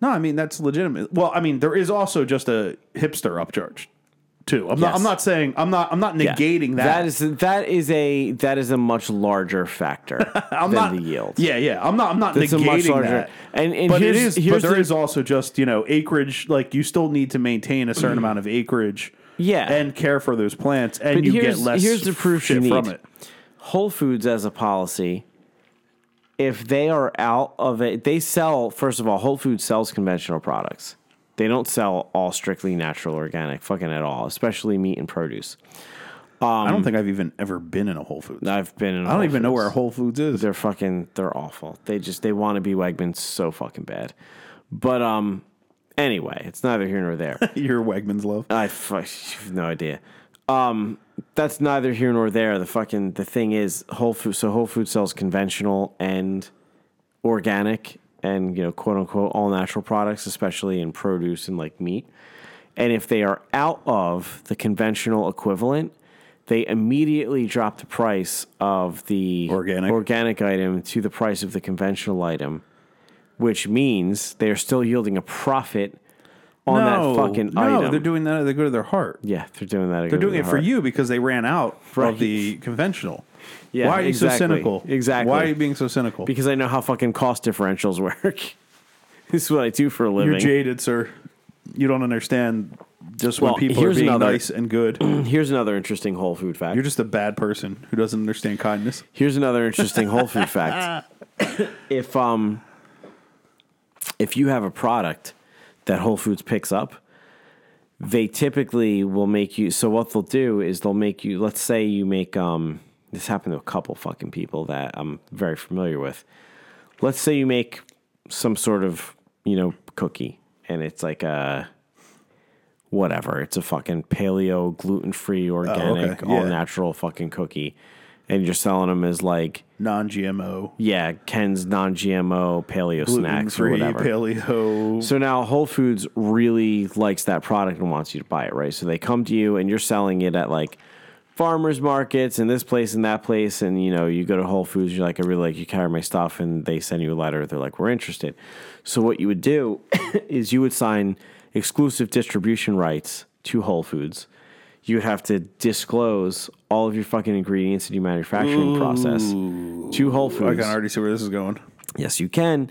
B: No, I mean that's legitimate. Well, I mean there is also just a hipster upcharge too. I'm not.
A: Yes.
B: I'm not saying. I'm not. I'm not negating that.
A: That is that is a that is a much larger factor
B: I'm
A: than
B: not
A: the yield.
B: Yeah, yeah. I'm not. I'm not
A: That's a
B: negating
A: much larger-
B: that.
A: and- and
B: but
A: here's-
B: it is.
A: here's
B: But there is
A: the-
B: also just you know acreage. Like you still need to maintain a certain amount of acreage.
A: Mm-hmm. Yeah.
B: and care for those plants, and
A: But
B: you get
A: here's-
B: less.
A: here's the proof
B: shit
A: you
B: from
A: need.
B: it.
A: Whole Foods as a policy, if they are out of it, they sell, first of all, Whole Foods sells conventional products. They don't sell all strictly natural organic fucking at all, especially meat and produce. Um,
B: I
A: Mm.
B: don't think I've even ever been in a Whole Foods.
A: I've been in
B: I don't even know where Whole Foods is.
A: they're fucking they're awful. They just they want to be Wegmans so fucking bad. But um anyway, it's neither here nor there.
B: Your Wegmans love.
A: I fuck, have no idea. Um, that's neither here nor there. The fucking the thing is Whole Foods. So Whole Foods sells conventional and organic and you know quote unquote all natural products, especially in produce and like meat. And if they are out of the conventional equivalent, they immediately drop the price of the
B: Organic.
A: organic item to the price of the conventional item, which means they are still yielding a profit on that fucking
B: no,
A: item.
B: they're doing that. They go to their heart.
A: Yeah, they're doing that.
B: They're doing it for you because they ran out
A: Right.
B: of the conventional.
A: Yeah,
B: Why are you so
A: exactly.
B: cynical?
A: Exactly.
B: Why are you being so cynical?
A: because I know how fucking cost differentials work. this is what I do for a living.
B: You're jaded, sir. You don't understand Just
A: Well,
B: when people are
A: here's
B: being
A: another-
B: nice and good,
A: Here's another interesting whole food fact.
B: you're just a bad person who doesn't understand kindness.
A: Here's another interesting whole food fact. if um if you have a product that Whole Foods picks up, they typically will make you so what they'll do is they'll make you let's say you make um this happened to a couple fucking people that I'm very familiar with. Let's say you make some sort of, you know, cookie and it's like a whatever. It's a fucking paleo, gluten-free, organic,
B: yeah.
A: all natural fucking cookie and you're selling them as like
B: Non-GMO,
A: yeah ken's non-gmo paleo snacks or
B: gluten-free,
A: whatever
B: paleo.
A: so now whole foods really likes that product and wants you to buy it right so they come to you and you're selling it at like farmers markets and this place and that place and you know you go to whole foods you're like i really like you carry my stuff and they send you a letter they're like we're interested so what you would do is you would sign exclusive distribution rights to whole foods you would have to disclose all of your fucking ingredients in your manufacturing process to whole
B: I
A: foods
B: can already see where this is going.
A: Yes, you can.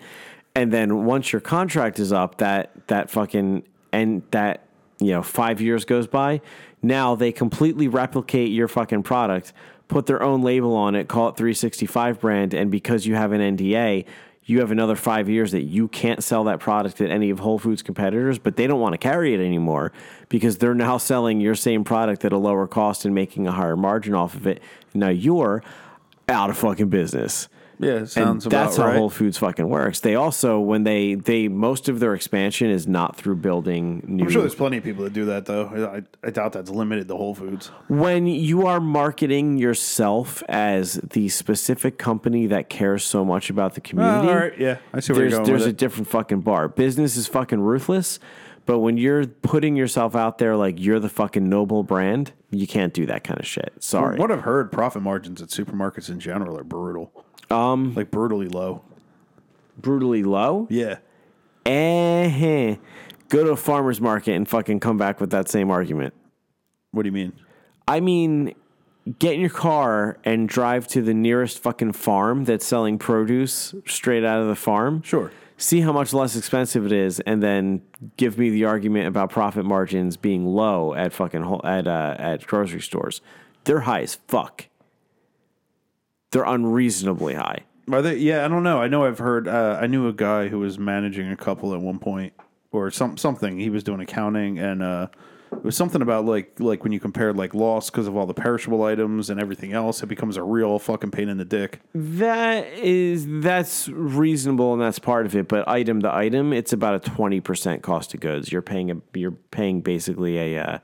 A: And then once your contract is up, that that fucking and that you know five years goes by. Now they completely replicate your fucking product, put their own label on it, call it 365 brand, and because you have an NDA, you have another five years that you can't sell that product at any of Whole Foods competitors, but they don't want to carry it anymore because they're now selling your same product at a lower cost and making a higher margin off of it. Now you're out of fucking business
B: Yeah, it sounds
A: and
B: about
A: that's
B: right.
A: how Whole Foods fucking works. They also when they they most of their expansion is not through building new.
B: I'm sure there's plenty of people that do that though. I, I doubt that's limited to Whole Foods.
A: when you are marketing yourself as the specific company that cares so much about the community,
B: Ah, Uh, all right, yeah, I see where you're
A: there's
B: going
A: there's
B: with
A: a
B: it.
A: different fucking bar. Business is fucking ruthless, but when you're putting yourself out there like you're the fucking noble brand, you can't do that kind of shit. Sorry.
B: What I've heard, profit margins at supermarkets in general are brutal. Um, like brutally low.
A: Brutally low.
B: Yeah,
A: Eh-heh. Go to a farmer's market and fucking come back with that same argument.
B: What do you mean?
A: I mean, get in your car and drive to the nearest fucking farm that's selling produce straight out of the farm.
B: Sure.
A: See how much less expensive it is, and then give me the argument about profit margins being low at fucking whole, at uh, at grocery stores. They're high as fuck. They're unreasonably high.
B: Are they? Yeah, I don't know. I know I've heard. Uh, I knew a guy who was managing a couple at one point, or some something. He was doing accounting, and uh, it was something about like like when you compare like loss because of all the perishable items and everything else, it becomes a real fucking pain in the dick.
A: That is that's reasonable and that's part of it, but item to item, it's about a twenty percent cost of goods. You're paying a you're paying basically a uh,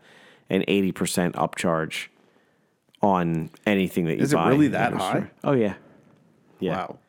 A: an eighty percent upcharge on anything that you
B: Is it
A: buy
B: really
A: in the
B: that
A: grocery
B: high?
A: store. Oh yeah, yeah.
B: Wow.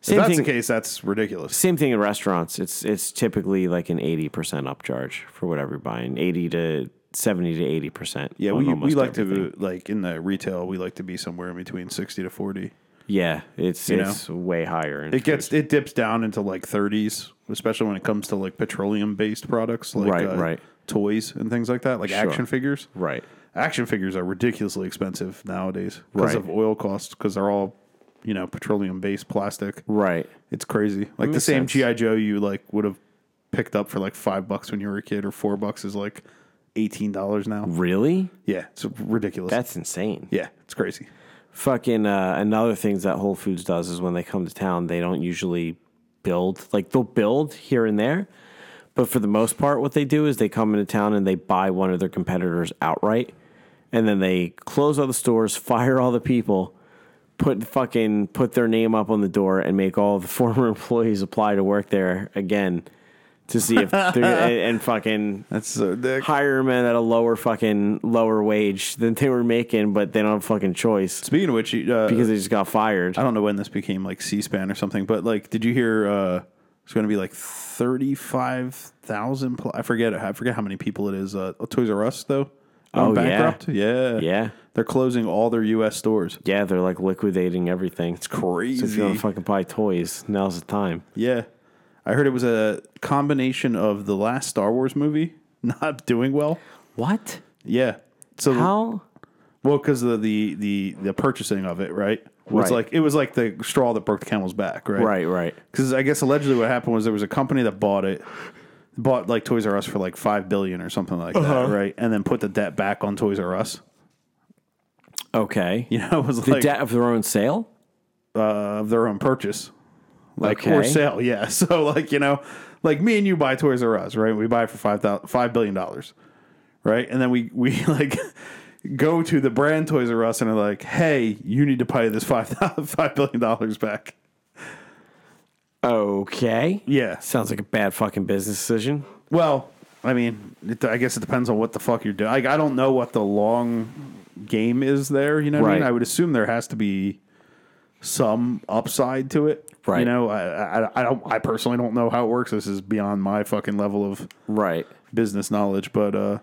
A: Same
B: if that's
A: thing.
B: the case, that's ridiculous.
A: Same thing in restaurants. It's it's typically like an eighty percent upcharge for whatever you're buying, eighty to seventy to eighty percent.
B: Yeah, we, we like to like in the retail, we like to be somewhere in between sixty to forty.
A: Yeah, it's
B: You
A: it's way higher. In
B: It gets it dips down into like thirties, especially when it comes to like petroleum based products, like uh,
A: Right, right.
B: toys and things like that, like action figures.
A: right.
B: Action figures are ridiculously expensive nowadays because
A: Right.
B: of oil costs, because they're all you know petroleum based plastic.
A: Right.
B: It's crazy. Like the
A: makes
B: same
A: sense.
B: GI Joe you like would have picked up for like five bucks when you were a kid, or four bucks is like eighteen dollars now.
A: Really?
B: Yeah, it's ridiculous.
A: That's insane.
B: yeah, it's crazy.
A: fucking uh, another things that Whole Foods does is when they come to town, they don't usually build. Like they'll build here and there, but for the most part, what they do is they come into town and they buy one of their competitors outright, and then they close all the stores, fire all the people. Put fucking put their name up on the door and make all the former employees apply to work there again to see if they're and, and fucking
B: That's uh, so dick.
A: hire men at a lower fucking lower wage than they were making, but they don't have fucking choice
B: Speaking of which, uh,
A: because they just got fired.
B: I don't know when this became like C-SPAN or something, but like, did you hear? Uh, it's going to be like thirty-five thousand. Pl- I forget. I forget how many people it is. Uh, Toys R Us though.
A: Oh, yeah.
B: yeah. Yeah.
A: Yeah,
B: They're closing all their U.S. stores.
A: yeah, they're like liquidating everything. It's
B: Crazy.
A: So if you want to fucking buy toys, now's the time.
B: yeah. I heard it was a combination of the last Star Wars movie not doing well.
A: What?
B: Yeah. So
A: How?
B: well because of the, the the purchasing of it, right? Was
A: Right.
B: like it was like the straw that broke the camel's back, right?
A: Right, right.
B: Because I guess allegedly what happened was there was a company that bought it. bought like Toys R Us for like five billion or something like
A: Uh-huh.
B: that, right? And then put the debt back on Toys R Us.
A: Okay.
B: You know, it was
A: The
B: like
A: debt of their own sale?
B: uh, of their own purchase, like or
A: Okay.
B: sale. Yeah. So like you know, like me and you buy Toys R Us, right? We buy for five thousand five billion dollars, right? And then we we like go to the brand Toys R Us and are like, hey, you need to pay this five five billion dollars back.
A: Okay.
B: Yeah.
A: Sounds like a bad fucking business decision.
B: Well, I mean, it, I guess it depends on what the fuck you're doing. Like, I don't know what the long game is there. You know what I mean?
A: Right.
B: I would assume there has to be some upside to it. You
A: Right.
B: know, I, I, I don't. I personally don't know how it works. This is beyond my fucking level of
A: Right.
B: business knowledge. But uh,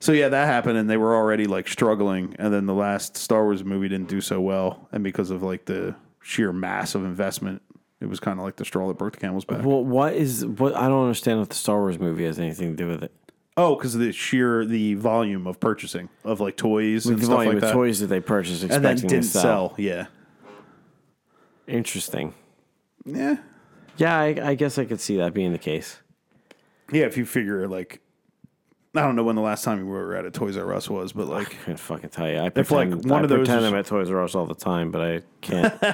B: so yeah, that happened, and they were already like struggling. And then the last Star Wars movie didn't do so well, and because of like the sheer mass of investment, it was kind of like the straw that broke the camel's back.
A: Well, what is what? I don't understand if the Star Wars movie has anything to do with it.
B: Oh, because the sheer the volume of purchasing of like toys and
A: the
B: stuff
A: volume
B: like
A: of
B: that,
A: toys that they purchased
B: and then
A: expecting
B: didn't
A: to
B: sell.
A: sell.
B: Yeah,
A: Interesting.
B: yeah,
A: Yeah, I, I guess I could see that being the case.
B: yeah. If you figure like, I don't know when the last time we were at a Toys R Us was, but like,
A: Couldn't fucking tell you. I
B: If, like,
A: pretend,
B: one
A: I
B: of those
A: pretend
B: is-
A: I'm at Toys R Us all the time, but I can't.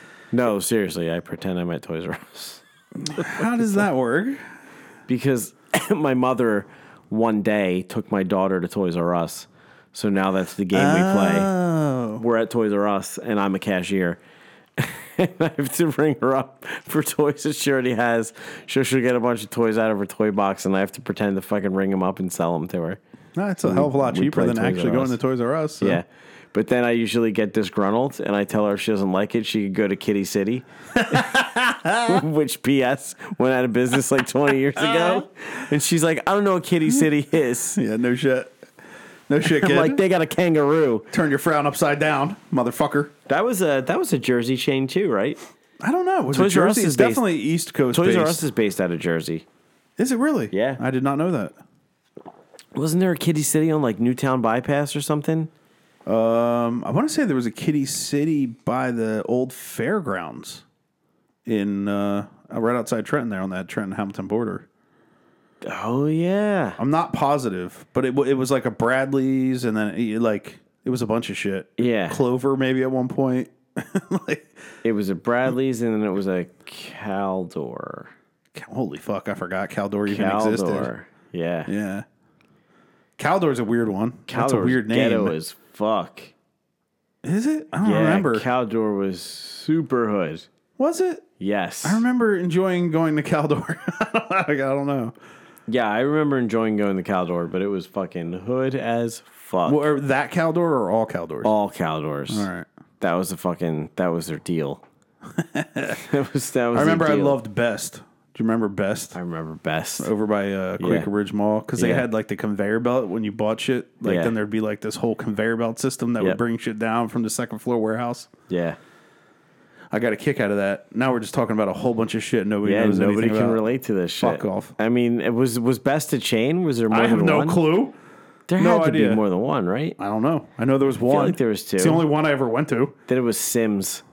A: no, seriously, I pretend I'm at Toys R Us
B: how does that work?
A: because my mother one day took my daughter to Toys R Us, so now that's the game we play.
B: Oh,
A: we're at Toys R Us and I'm a cashier. and I have to ring her up for toys that she already has. So she'll get a bunch of toys out of her toy box and I have to pretend to fucking ring them up and sell them to her.
B: that's a hell of a lot
A: we
B: cheaper
A: play
B: than
A: Toys R
B: actually going
A: Us.
B: to Toys R Us. so-
A: Yeah. But then I usually get disgruntled and I tell her if she doesn't like it, she could go to Kitty City. Which PS went out of business like 20 years ago. And she's like, I don't know what Kitty City is.
B: yeah, no shit, no shit,
A: I'm
B: kid.
A: like, they got a kangaroo.
B: Turn your frown upside down, motherfucker.
A: That was a that was a jersey chain too, right?
B: I don't know. Was
A: Toys
B: it
A: R Us
B: Jersey?
A: is
B: It's
A: based-
B: definitely East Coast.
A: Toys R
B: based.
A: Us is based out of Jersey.
B: Is it really?
A: Yeah.
B: I did not know that.
A: Wasn't there a Kitty City on like Newtown Bypass or something?
B: Um, I want to say there was a Kitty City by the old fairgrounds in uh, right outside Trenton there on that Trenton Hamilton border.
A: Oh yeah,
B: I'm not positive, but it wa- it was like a Bradley's and then it, like it was a bunch of shit.
A: Yeah.
B: Clover maybe at one point. like
A: it was a Bradley's and then it was a Caldor.
B: holy fuck, I forgot Caldor even existed.
A: Caldor, yeah.
B: Yeah. Caldor's a weird one. That's a
A: Caldor
B: weird
A: was
B: name.
A: Ghetto as fuck.
B: Is it? I don't
A: Yeah,
B: remember.
A: Caldor was super hood.
B: was it?
A: Yes.
B: I remember enjoying going to Caldor. I don't know.
A: yeah, I remember enjoying going to Caldor, but it was fucking hood as fuck.
B: Well, or that Caldor or all Caldors?
A: All Caldors.
B: All right.
A: That was the fucking. That was their deal. that was. That was.
B: I
A: their
B: remember I
A: deal.
B: loved Best. Do you remember Best?
A: I remember best.
B: Over by uh, Quaker
A: Yeah.
B: Ridge Mall because they
A: Yeah.
B: had like the conveyor belt when you bought shit. Like
A: Yeah.
B: then there'd be like this whole conveyor belt system that would
A: Yep.
B: bring shit down from the second floor warehouse.
A: Yeah.
B: I got a kick out of that. Now we're just talking about a whole bunch of shit nobody
A: Yeah,
B: knows.
A: nobody
B: anything
A: can
B: about.
A: relate to this shit.
B: Fuck off.
A: I mean, it was was best a chain? Was there more
B: I
A: than
B: have no
A: one?
B: clue.
A: There had
B: No
A: to
B: idea.
A: be more than one, right?
B: I don't know. I know there was one.
A: like there was two.
B: It's the only one I ever went to.
A: Then it was Sims,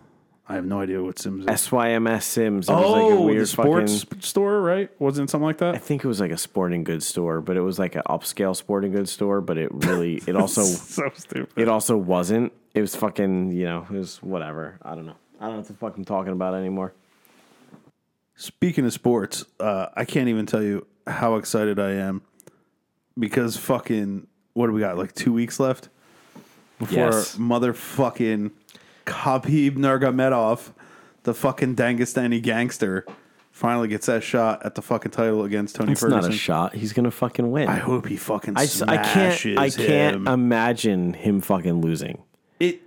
B: I have no idea what Sims is.
A: S Y M S Sims. It was
B: oh,
A: like a weird
B: the sports
A: fucking.
B: store, right? Wasn't it something like
A: I
B: that?
A: think it was like a sporting goods store, but it was like an upscale sporting goods store. But it really, it also,
B: So stupid.
A: it also wasn't. It was fucking, you know, it was whatever. I don't know. I don't know what the fuck I'm talking about anymore.
B: Speaking of sports, uh, I can't even tell you how excited I am because fucking what do we got? Like two weeks left before
A: Yes.
B: motherfucking Khabib Nurmagomedov, the fucking Dangestani gangster, finally gets that shot at the fucking title against Tony
A: It's
B: Ferguson.
A: not a shot. He's gonna fucking win.
B: I hope he fucking
A: I, I
B: smashes
A: can't. I can't
B: him.
A: imagine him fucking losing.
B: it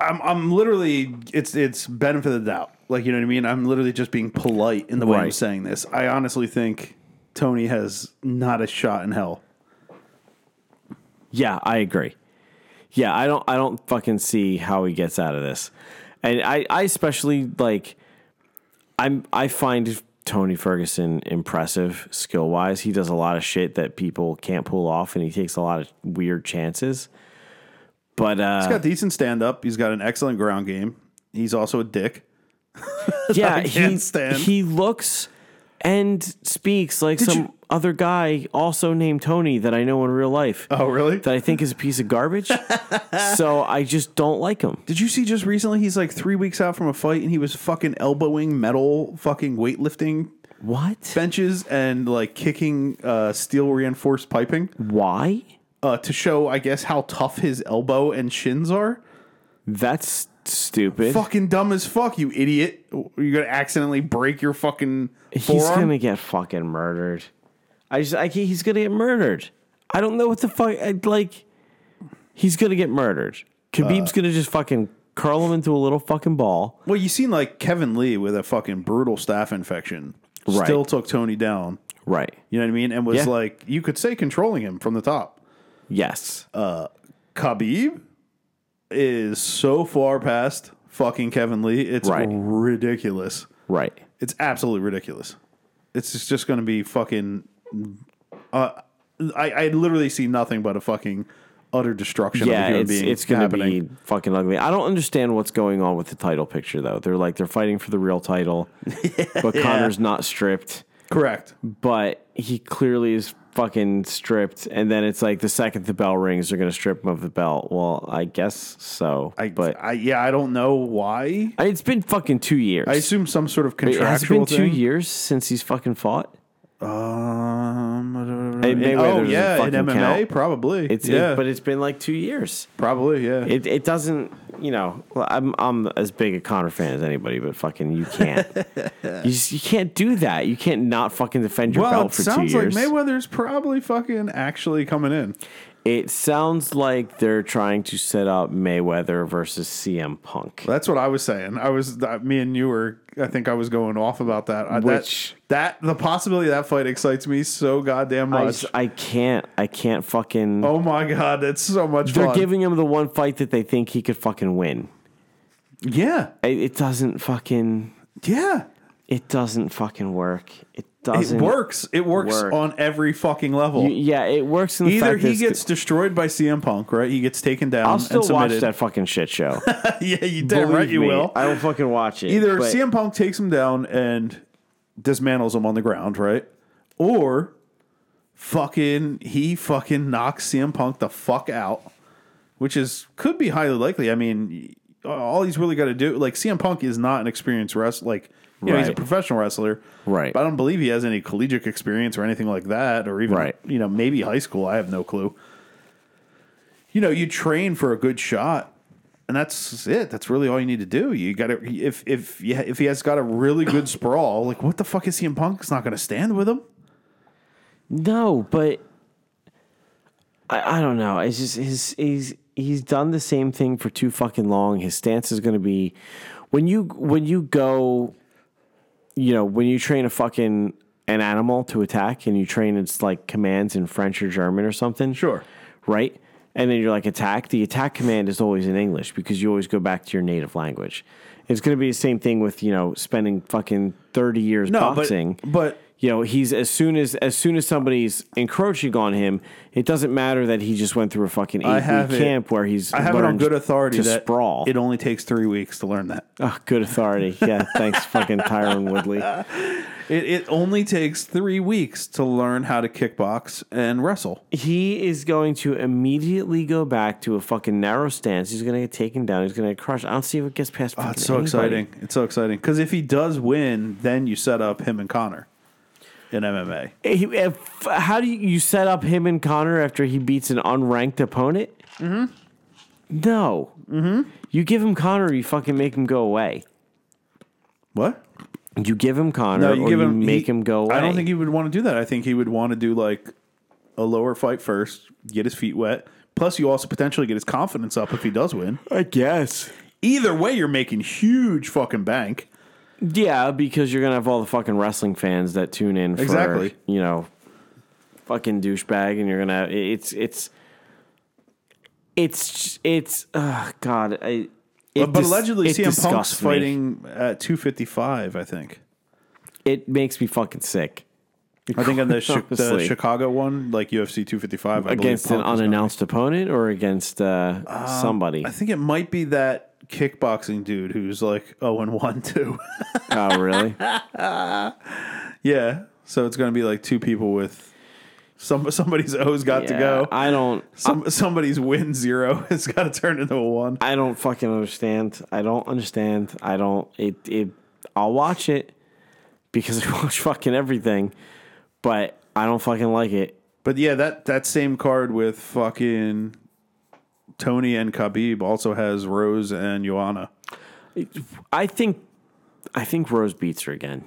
B: I'm I'm literally it's it's benefit of the doubt. Like you know what I mean? I'm literally just being polite in the way I'm
A: Right.
B: saying this. I honestly think Tony has not a shot in hell.
A: Yeah, I agree. Yeah, I don't I don't fucking see how he gets out of this. And I, I especially like I'm I find Tony Ferguson impressive skill wise. He does a lot of shit that people can't pull off and he takes a lot of weird chances. But uh
B: He's got decent stand up. He's got an excellent ground game. He's also a dick.
A: yeah,
B: can't
A: he
B: stand.
A: he looks and speaks like some
B: you-
A: other guy also named Tony that I know in real life.
B: Oh, really?
A: That I think is a piece of garbage. so I just don't like him.
B: Did you see just recently? He's like three weeks out from a fight, and he was fucking elbowing metal, fucking weightlifting
A: What?
B: benches, and like kicking uh, steel reinforced piping
A: Why?
B: uh, to show, I guess, how tough his elbow and shins are.
A: That's stupid.
B: Fucking dumb as fuck, you idiot! You're gonna accidentally break your fucking
A: he's
B: forearm.
A: gonna get fucking murdered. I just, I, can't- he's gonna get murdered. I don't know what the fuck. I, like, he's gonna get murdered. Khabib's
B: Uh.
A: gonna just fucking curl him into a little fucking ball.
B: Well, you seen like Kevin Lee with a fucking brutal staph infection,
A: Right.
B: still took Tony down.
A: Right.
B: You know what I mean? And was
A: Yeah.
B: like, you could say controlling him from the top.
A: Yes.
B: Uh, Khabib is so far past fucking Kevin Lee. It's
A: Right.
B: ridiculous.
A: right.
B: It's absolutely ridiculous. It's just, just going to be fucking. Uh, I, I literally see nothing but a fucking utter destruction of a
A: Yeah,
B: human
A: it's
B: being.
A: it's gonna
B: happening.
A: be fucking ugly. I don't understand what's going on with the title picture though. They're like they're fighting for the real title, but Connor's not stripped.
B: correct.
A: but he clearly is fucking stripped. And then it's like the second the bell rings, they're gonna strip him of the belt. Well, I guess so.
B: I,
A: but
B: I yeah, I don't know why.
A: I mean, it's been fucking two years.
B: I assume some sort of
A: it has
B: contractual
A: been two
B: thing.
A: years since he's fucking fought.
B: Um,
A: And Mayweather
B: oh
A: doesn't
B: yeah, in
A: fucking
B: MMA
A: count.
B: probably.
A: It's it-
B: yeah,
A: but it's been like two years.
B: probably yeah.
A: It it doesn't. You know, well, I'm I'm as big a Connor fan as anybody, but fucking you can't. you just, you can't do that. You can't not fucking defend your
B: well,
A: belt
B: it
A: for
B: sounds
A: two
B: like
A: years.
B: Mayweather's probably fucking actually coming in.
A: It sounds like they're trying to set up Mayweather versus CM Punk.
B: That's what I was saying. I was th- me and you were. I think I was going off about that. I,
A: Which-
B: that, that the possibility of that fight excites me so goddamn
A: I,
B: much.
A: just, I can't. I can't fucking.
B: oh my god, that's so much
A: they're
B: fun.
A: giving him the one fight that they think he could fucking win.
B: yeah,
A: It, it doesn't fucking.
B: yeah.
A: It doesn't fucking work. It
B: It
A: doesn't
B: works. It works
A: work.
B: on every fucking level.
A: Y- Yeah, it works in the
B: Either
A: fact that
B: he
A: it's-
B: gets destroyed by CM Punk, right? He gets taken down
A: I'll still
B: and
A: watch
B: submitted.
A: that fucking shit show.
B: yeah, you damn
A: Believe
B: right you
A: me,
B: will.
A: I will fucking watch it.
B: Either
A: but
B: CM Punk takes him down and dismantles him on the ground, right? Or fucking he fucking knocks CM Punk the fuck out, which is could be highly likely. I mean, all he's really got to do, like CM Punk is not an experienced wrestler. Like, you know, he's a
A: Right.
B: professional wrestler,
A: Right.
B: But I don't believe he has any collegiate experience or anything like that, or even
A: Right.
B: you know maybe high school. I have no clue. You know, you train for a good shot and that's it. That's really all you need to do. You got to if if yeah if he has got a really good sprawl, like what the fuck is CM Punk's not going to stand with him?
A: no, but I, I don't know. It's just his he's he's done the same thing for too fucking long. His stance is going to be when you when you go, you know, when you train a fucking an animal to attack and you train its like commands in French or German or something.
B: Sure.
A: Right. And then you're like attack. The attack command is always in English because you always go back to your native language. It's going to be the same thing with you know spending fucking thirty years boxing
B: but but
A: you know he's as soon as as soon as somebody's encroaching on him it doesn't matter that he just went through a fucking
B: I
A: eight
B: have
A: week
B: it-
A: camp where he's
B: I have it on
A: learned
B: good authority
A: to
B: that
A: sprawl
B: it only takes three weeks to learn that.
A: oh, good authority yeah thanks fucking Tyrone Woodley
B: It it only takes three weeks to learn how to kickbox and wrestle.
A: he is going to immediately go back to a fucking narrow stance he's going to get taken down he's going to get crushed I don't see what gets past oh,
B: It's so exciting. It's so exciting because if he does win, then you set up him and Connor in MMA.
A: Eh, how do you, you set up him and Connor after he beats an unranked opponent mm-hmm no mm-hmm you give him Connor you fucking make him go away
B: What?
A: You give him Connor, or you make
B: he-
A: him go away.
B: I don't think he would want to do that. I think he would want to do like a lower fight first, get his feet wet. Plus, you also potentially get his confidence up if he does win.
A: I guess.
B: Either way, you're making huge fucking bank.
A: Yeah, because you're gonna have all the fucking wrestling fans that tune in for
B: Exactly.
A: you know, fucking douchebag, and you're gonna it's it's it's it's oh god. I, it
B: but
A: dis-
B: allegedly,
A: it
B: CM Punk's
A: disgusts me.
B: fighting at 255. I think.
A: It makes me fucking sick
B: I think on the, chi- the
A: Honestly.
B: Chicago one, like UFC 255, I believe
A: against an
B: Punk was gonna- Um,
A: unannounced opponent or against uh, somebody.
B: I think it might be that oh kickboxing dude who's like 0 and 1 too.
A: oh, really?
B: Yeah. So it's going to be like two people with some somebody's O's got to
A: Yeah,
B: go.
A: I don't.
B: Some somebody's win zero has got to turn into a one.
A: I don't fucking understand. I don't understand. I don't. It. It. I'll watch it because I watch fucking everything, but I don't fucking like it.
B: But yeah, that that same card with fucking Tony and Khabib also has Rose and Joanna.
A: I think. I think Rose beats her again.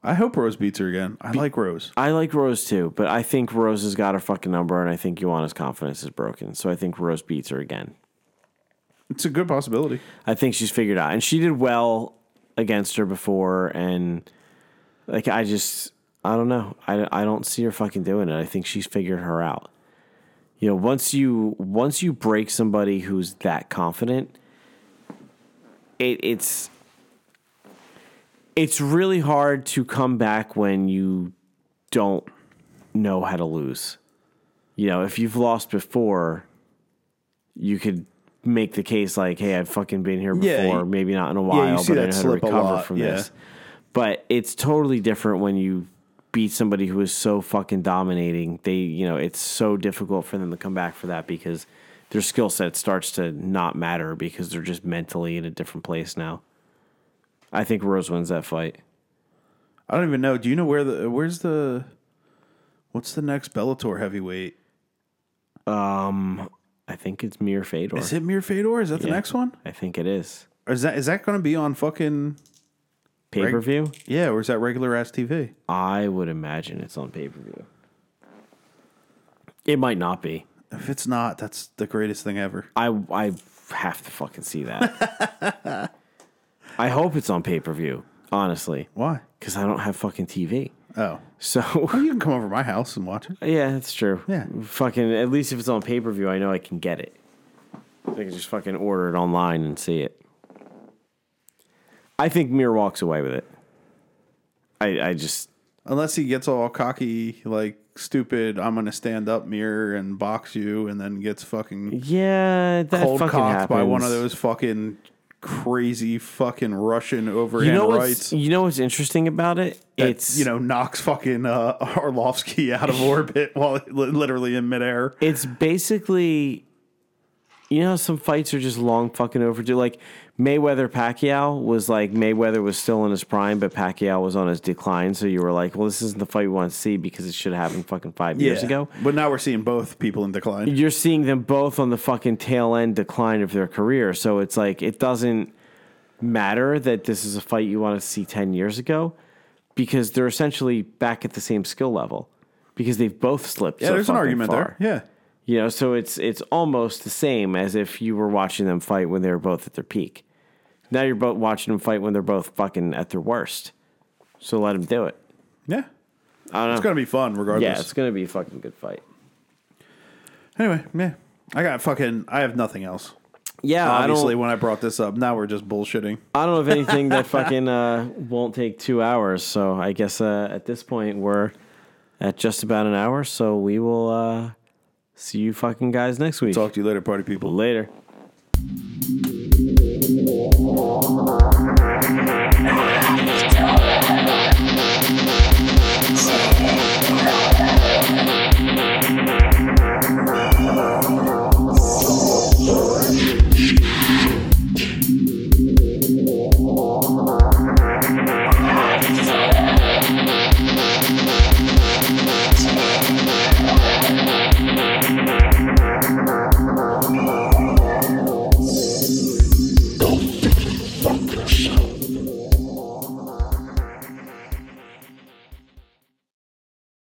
B: I hope Rose beats her again. I like Rose.
A: I like Rose too, but I think Rose has got her fucking number, and I think Ioana's confidence is broken. So I think Rose beats her again.
B: It's a good possibility.
A: I think she's figured out, and she did well against her before, and like I just I don't know, I I don't see her fucking doing it. I think she's figured her out. You know, once you once you break somebody who's that confident, it it's it's really hard to come back when you don't know how to lose. You know, if you've lost before, you could make the case like, "Hey, I've fucking been here before.
B: Yeah, you-
A: Maybe not in a while,
B: see
A: but I
B: that
A: know how to
B: slip a
A: recover
B: lot,
A: from
B: yeah.
A: this." But it's totally different when you beat somebody who is so fucking dominating. They, you know, it's so difficult for them to come back for that because their skill set starts to not matter because they're just mentally in a different place now. I think Rose wins that fight.
B: I don't even know. Do you know where the where's the what's the next Bellator heavyweight?
A: Um, I think it's Mir Fedor.
B: Is it Mir Fedor? Is that the
A: Yeah.
B: next one?
A: I think it is
B: Or is that is that going to be on fucking
A: pay per view.
B: yeah? Or is that regular ass TV?
A: I would imagine it's on pay per view. It might not be.
B: If it's not, that's the greatest thing ever.
A: I I have to fucking see that. I hope it's on pay per view, honestly,
B: Why?
A: because I don't have fucking TV.
B: Oh,
A: So
B: you can come over to my house and watch it.
A: yeah, that's true.
B: Yeah.
A: fucking at least if it's on pay per view, I know I can get it. I can just fucking order it online and see it. I think Mir walks away with it. I I just
B: Unless he gets all cocky, like stupid, I'm gonna stand up mirror and box you, and then gets fucking
A: yeah that
B: cold
A: fucking
B: cocked
A: happens.
B: by one of those fucking crazy fucking Russian
A: You
B: overhand
A: know what's
B: rights.
A: you know what's interesting about it?
B: that,
A: it's
B: you know knocks fucking uh, Arlovsky out of orbit while li- literally in midair.
A: it's basically you know how some fights are just long fucking overdue like Mayweather Pacquiao was like Mayweather was still in his prime but Pacquiao was on his decline so you were like well this isn't the fight we want to see because it should have happened fucking 5 years ago
B: but now we're seeing both people in decline.
A: you're seeing them both on the fucking tail end decline of their career. So it's like it doesn't matter that this is a fight you want to see 10 years ago because they're essentially back at the same skill level because they've both slipped.
B: Yeah,
A: so
B: there's an
A: fucking
B: argument
A: far.
B: there. Yeah.
A: You know, so it's it's almost the same as if you were watching them fight when they were both at their peak. Now you're both watching them fight when they're both fucking at their worst. So let them do it.
B: Yeah. It's going to be fun regardless.
A: Yeah, it's going to be a fucking good fight.
B: Anyway, yeah. I got fucking, I have nothing else.
A: Yeah,
B: Obviously, when I brought this up, now we're just bullshitting.
A: I don't know of anything that fucking uh, won't take two hours. So I guess uh, at this point we're at just about an hour. So we will uh, see you fucking guys next week.
B: Talk to you later, party people.
A: Later.